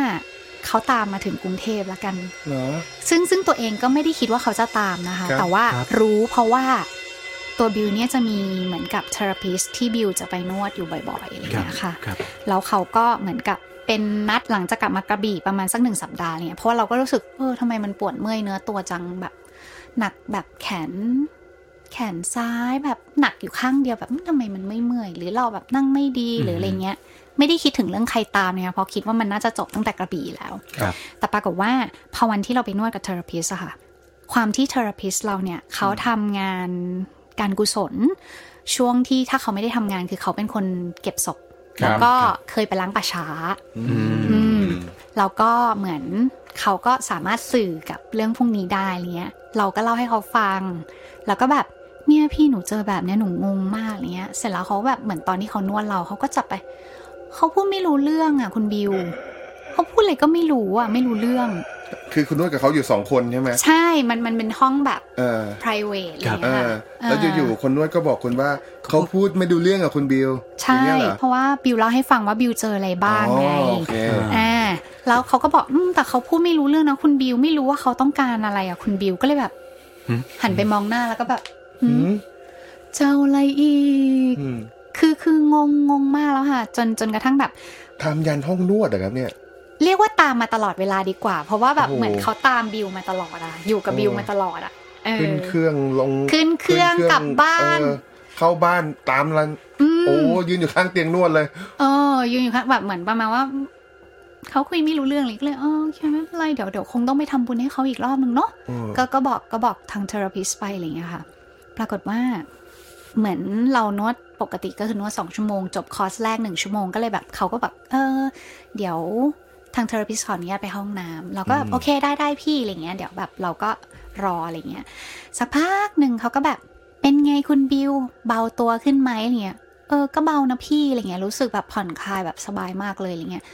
E: เขาตามมาถึงกรุงเทพแล้วกัน
C: เหรอ
E: ซึ่งซึ่งตัวเองก็ไม่ได้คิดว่าเขาจะตามนะคะ
C: ครับ
E: แต่ว่า
D: ครับ
E: รู้เพราะว่าตัวบิวเนี่ยจะมีเหมือนกับเทอราพิสที่บิวจะไปนวดอยู่บ่อยๆอะไรอย่าง
D: ครับ
E: เงี้ยค่ะ
D: ครับ
E: แล้วเขาก็เหมือนกับเป็นนัดหลังจากกลับมากระบี่ประมาณสักหนึ่งสัปดาห์เนี่ยเพราะว่าเราก็รู้สึกเออทำไมมันปวดเมื่อยเนื้อตัวจังแบบหนักแบบแขน แขนซ้ายแบบหนักอยู่ข้างเดียวแบบอืมทำไมมันไม่เมื่อยหรือเราแบบนั่งไม่ดีหรืออะไรเงี้ย ไม่ได้คิดถึงเรื่องใครตามเนี่ยเพราะคิดว่ามันน่าจะจบตั้งแต่กระบี่แล้ว
D: ครับ
E: แต่ปรากฏว่าพอวันที่เราไปนวดกับเทอราพิสอะค่ะ ความที่เทอราพิสเราเนี่ยเขาทำงานการกุศล ช่วงที่ถ้าเขาไม่ได้ทำงานคือเขาเป็นคนเก็บศพ
C: ครับ
E: แล้วก็เคยไปล้างป่าช้า
D: อืม
E: อืมแล้วก็เหมือน เขาก็สามารถสื่อกับเรื่องพวกนี้ได้อะไรเงี้ย เราก็เล่าให้เขาฟัง แล้วก็แบบเนี่ยพี่หนูเจอแบบเนี้ยหนูงงมากอะไรเงี้ย เสร็จแล้วเขาแบบเหมือนตอนที่เขานวดเราเขาก็จับไป เขาพูดไม่รู้เรื่องอ่ะคุณบิว เขาพูดอะไรก็ไม่รู้อ่ะไม่รู้เรื่อง
C: คือคุณนวดกับเขาอยู่สองคนใช่ไหม
E: ใช่ มันมันเป็นห้องแบบ
C: เออ
E: private อะไร
C: เอ
E: เงี้ย
C: อ
E: ค่ะ
C: แล้วอยู่ๆคนนวดก็บอกคุณว่าเขาพูดไม่ดูเรื่องกับคุณบิว
E: ใช่
C: อย่างเงี้ยเหรอ
E: เพราะว่าบิวเล่าให้ฟังว่าบิวเจออะไรบ้าง
C: อ๋อ
E: ไง
C: โอเค
E: อ่าแล้วเขาก็บอกอืมแต่เขาพูดไม่รู้เรื่องนะคุณบิวไม่รู้ว่าเขาต้องการอะไรอ่ะคุณบิวก็เลยแบบ
D: หืม
E: หันไปมองหน้าแล้วก็แบบหืมเจ้าอะไรอีก
C: อืม
E: คือคืองงงงมากแล้วค่ะ จนจนกระทั่งแบบ
C: ทำยันห้องนวดเหรอครับเนี่ย
E: เรียกว่าตามมาตลอดเวลาดีกว่า เพราะว่าแบบ
C: โอ้โห
E: เหมือนเขาตามบิวมาตลอดอ่ะ อยู่กับ
C: โอ้
E: บิวมาตลอดอ่ะเออ
C: ขึ้นเครื่องลง
E: ขึ้นเครื่องกลับบ้าน
C: เออเข้าบ้านตามรัน
E: อื
C: โอ้
E: ม
C: ยืนอยู่ข้างเตียงนวดเลย
E: เอออยู่อยู่ค่ะแบบเหมือนประมาณว่าเขาคุยไม่รู้เรื่องเลยก็เลยอ๋อโอเคไม่เป็นไรเดี๋ยวเดี๋ยวคงต้องไปทำบุญให้เขาอีกรอบหนึ่งเนาะ
C: อืม
E: ก็ก็บอกก็บอกทางเทอราพิสไปอะไรอย่างเงี้ยค่ะ ปรากฏว่า เหมือนเรานวดปกติก็คือนวดสองชั่วโมง จบคอร์สแรกหนึ่งชั่วโมงก็เลยแบบเขาก็แบบเออ เดี๋ยวทางเทอราพิสขออนุญาตไปห้องน้ำเราก็แบบโอเคได้ได้พี่อะไรเงี้ยเดี๋ยวแบบเราก็รออะไรเงี้ยสักพักหนึ่งเขาก็แบบเป็นไงคุณบิวเบาตัวขึ้นไหมอะไรเงี้ยเออก็เบานะพี่อะไรเงี้ยรู้สึกแบบผ่อนคลายแบบสบายมากเลยอะไรเงี้ย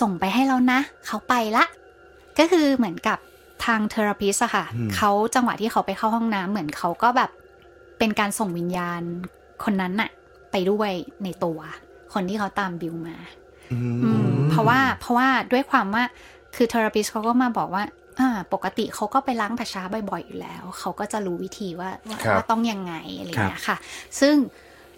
E: ส่งไปให้แล้วนะเขาไปละ ก็คือเหมือนกับทางเทอราพิสอะค่ะเขาจังหวะที่เขาไปเข้าห้องน้ำเหมือนเขาก็แบบเป็นการส่งวิญญาณคนนั้นน่ะ ไปด้วยในตัว คนที่เขาตามบิวมา อืมเพราะว่าเพราะว่าด้วยความว่าคือเทอราพิสเขาก็มาบอกว่าอ่าปกติเขาก็ไปล้างแต่เช้าบ่อยๆอยู่แล้ว เขาก็จะรู้วิธีว่าว่า
C: ครับ
E: ว่าต้องยังไงอะไรอย่างเงี้ยค่ะ ซึ่ง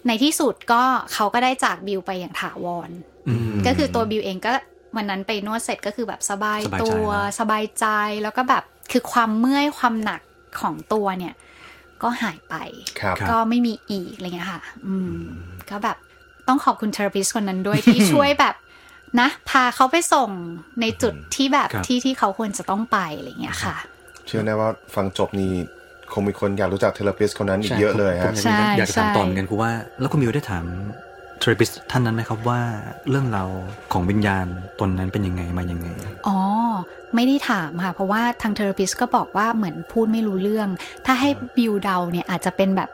E: ในที่สุดก็เขาก็ได้จากบิวไปอย่างถาวร
D: อืม
E: ก็คือตัวบิวเองก็วันนั้นไปนวดเสร็จก็คือแบบสบาย
D: สบายใจ
E: ตัว
D: แล้ว
E: สบายใจแล้วก็แบบคือความเมื่อยความหนักของตัวเนี่ย ก็หายไป
C: ครับ
E: ก็ไม่มีอีกอะไรเงี้ยค่ะ อืม ก็แบบต้องขอบคุณเทอราปิสคนนั้น ด้วยที่ช่วยแบบนะ พาเขาไปส่งในจุดที่แบบ
D: ครับ
E: ที่ที่เขาควรจะต้องไปอะไรเงี้ยค่ะ
C: เชื่อแน่ว่าฟังจบนี้คงมีคนอยากรู้จักเทเลปิสคนนั้นอีกเยอะเลย
D: ผ
C: ฮะ
D: ม
E: ใช่
D: อยากจะถาม
E: ใช่
D: ต่อเหมือนกันครูว่า แล้วคุณมิวได้ถามเทอราปิสท่านนั้นไหมครับว่าเรื่องราวของวิญญาณตนนั้นเป็นยังไงมายังไง
E: อ๋อ ไม่ได้ถามค่ะ เพราะว่าทางเทอราปิสก็บอกว่าเหมือนพูดไม่รู้เรื่อง ถ้าให้บิวเดาเนี่ยอาจจะเป็นแบบ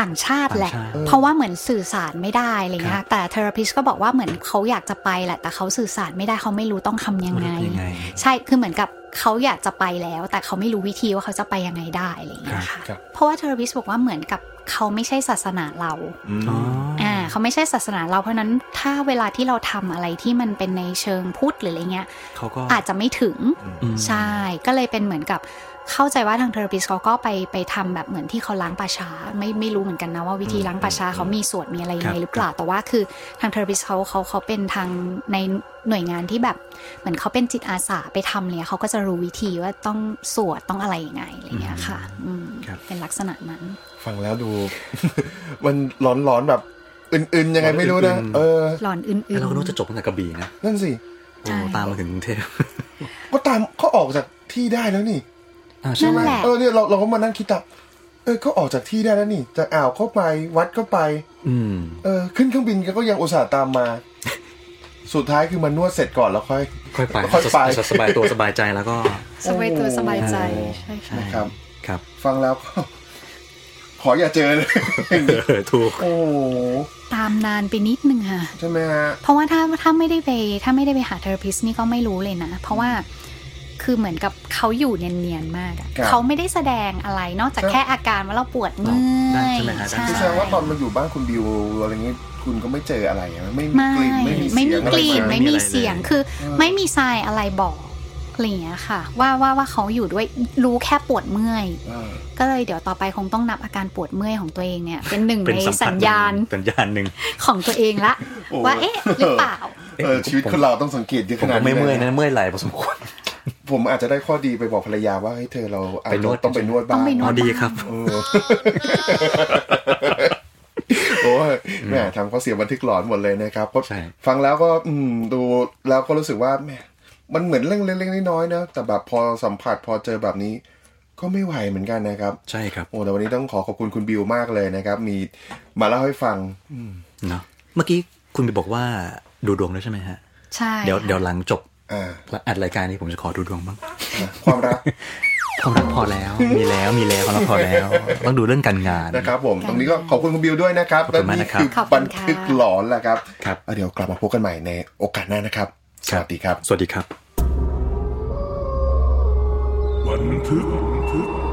E: ต่างชาติแหละ
D: ต่างชาติ
E: เพราะว่าเหมือนสื่อสารไม่ได้อะไร
D: ครั
E: เงี้ย
D: บ
E: แต่เทอราปิสก็บอกว่าเหมือนเขาอยากจะไปแหละ แต่เขาสื่อสารไม่ได้เขาไม่รู้ต้องทำยังไง
D: เป็นยังไง
E: ใช่ คือเหมือนกับเขาอยากจะไปแล้ว แต่เขาไม่รู้วิธีว่าเขาจะไปยังไงได้อะไรอย่างเงี้ยค่ะ
C: ครับ
E: เพราะว่าเทอร์วิสบอกว่าเหมือนกับเขาไม่ใช่ศาสนาเรา
D: อ๋อ
E: อ่า เขาไม่ใช่ศาสนาเรา เพราะฉะนั้นถ้าเวลาที่เราทำอะไรที่มันเป็นในเชิงพุทธหรืออะไรเงี้ย
D: เขาก็
E: อาจจะไม่ถึง
D: อืม
E: ใช่ ก็เลยเป็นเหมือนกับเข้าใจว่าทางเทอร์ปิสเขาก็ไปไปทำแบบเหมือนที่เขาล้างป่าช้าไม่ไม่รู้เหมือนกันนะว่าวิธีล้างป่าช้าเขามีส่วนมีอะไรยังไง
D: ครับ
E: หรือเปล่าแต่ว่าคือทางเทอร์ปิสเขาเขาเขาเป็นทางในหน่วยงานที่แบบเหมือนเขาเป็นจิตอาสาไปทำเนี่ยเขาก็จะรู้วิธีว่าต้องสวดต้องอะไรยังไงอะไรอย่างเงี้ยค่ะอืมเป็นลักษณะนั้น
C: ฟังแล้วดู มันร้อนๆแบบอื่นๆยังไงไม่รู้นะ
D: อื่นๆ
C: เออ
E: หลอนอื่น
D: แล้วเราก็นึกว่าจะจบตั้งแต่กระบี่นะ
C: นั่นสิ
D: โอ้
E: ใช่
D: ตามมาถึงกรุงเทพ
C: ก็ตามเขาออกจากที่ได้แล้วนี่
D: อ่า
E: นั่
D: ใช่
E: นแหละ
C: เออเนี่ยเราเราก็มานั่งคิดตับเออเขาออกจากที่ได้แล้วนี่จากอ่าวก็ไปวัดก็ไป
D: อืม
C: เออขึ้นเครื่องบินก็ยังอุตส่าห์ตามมา สุดท้ายคือมานวดเสร็จก่อนแล้วค่อย
D: ค่อยไป
C: ค่อยไป
D: สบายตัวสบายใจแล้วก็
E: ๆสบายตัวสบายใจใช่ค่ะ
C: นะครับ
D: ครับ
C: ฟังแล้ว ก็ ขออย่าเจอเลย
D: เออถูก
C: โอ้โห
E: ตามนานไปนิดนึงค่ะ
C: ใช่ไหมฮะ
E: เพราะว่าถ้าถ้าไม่ได้ไปถ้าไม่ได้ไปหาเทอราพิสนี่ก็ไม่รู้เลยนะ เพราะว่าคือเหมือนกับเขาอยู่เนียนๆมากอะ
C: ครับ
E: เขาไม่ได้แสดงอะไรนอกจาก
C: ใช่
E: แค่อาการว่าเราปวดเมื่
D: ได้
E: อย
D: ใช่ไหมฮะ
C: คือแสดงว่าตอนมาอยู่บ้านคุณบิวอะไรเงี้ยคุณก็ไม่เจออะไรอะไม่มี
E: ไม่
C: กลิ่นไม่มี
E: ไม่
C: เสีย
E: มี
C: งอะไร
E: ก
C: มา
E: ลิ่นไม่มีเสียงคือ ไม่มีทรายอะไรบอกอะไรอย่างเงี้ยค่ะ ว่าว่าว่าเขาอยู่ด้วยรู้แค่ปวดเมื่อย
C: เออ
E: ก็เลยเดี๋ยวต่อไปคงต้องนับอาการปวดเมื่อยของตัวเองเนี่ย เป็นหนึ่ง
D: เป็น
E: ใน
D: สัมผั
E: สัญญาณ
D: สัญญาณหนึ่ง
E: ของตัวเองละ ว่าเอ๊ะหรือเปล่า
C: เออชีวิตคนเราต้องสังเกตเยอะ
D: ผ
C: ข
D: ม
C: นาด
D: ก็ไม่
C: นี้
D: เมื่อย
C: ล
D: นะเมื่อยไหลพอสมควร
C: ผมอาจจะได้ข้อดีไปบอกภรรยาว่าเฮ้ยเธอเราอาจ
D: ไป
C: จะ
D: นวด
C: ต้องไปนวดบ้าง
E: ต้องไปน
D: อ๋
E: ว
D: อดีครับ
C: เออ โอ้ยแหม่ทำเขาเสียบันทึกหลอนหมดเลยนะครับเพราะ
D: ใช่
C: ฟังแล้วก็อืมดูแล้วก็รู้สึกว่าแหม่มันเหมือนเรื่องเล็กๆน้อยๆนะแต่แบบพอสัมผัสพอเจอแบบนี้ ก็ไม่ไหวเหมือนกันนะครับ
D: ใช่ครับ
C: โอ้แต่วันนี้ต้องขอขอบคุณคุณบิวมากเลยนะครับ มีมาเล่าให้ฟัง
D: เนาะเมื่อกี้คุณไปบอกว่าดูดวงด้วยใช่ไหมฮะ
E: ใช่
D: เดี๋ยว
E: ค่ะ
D: เดี๋ยวหลังจบ
C: อ่า
D: แล้วอัดรายการนี้ผมจะขอดูดวง บ้าง
C: ความรัก
D: ความรักพอแล้ว มีแล้วมีแล้วความรักพอแล้วต้องดูเรื่องการงาน
C: นะครับผมตรงนี้ก็ขอบคุณคุณบิวด้วยนะครับ
D: ขอบคุณมากนะครับ
E: ขอบคุณค่ะ
C: บันทึกหลอนแหละครับ
D: ครับ
C: แล้วเดี๋ยวกลับมาพบกันใหม่ในโอกาสหน้านะครับ ส
D: ครับ
C: วัสดีครับ
D: สวัสดีครับ
B: วันพุธ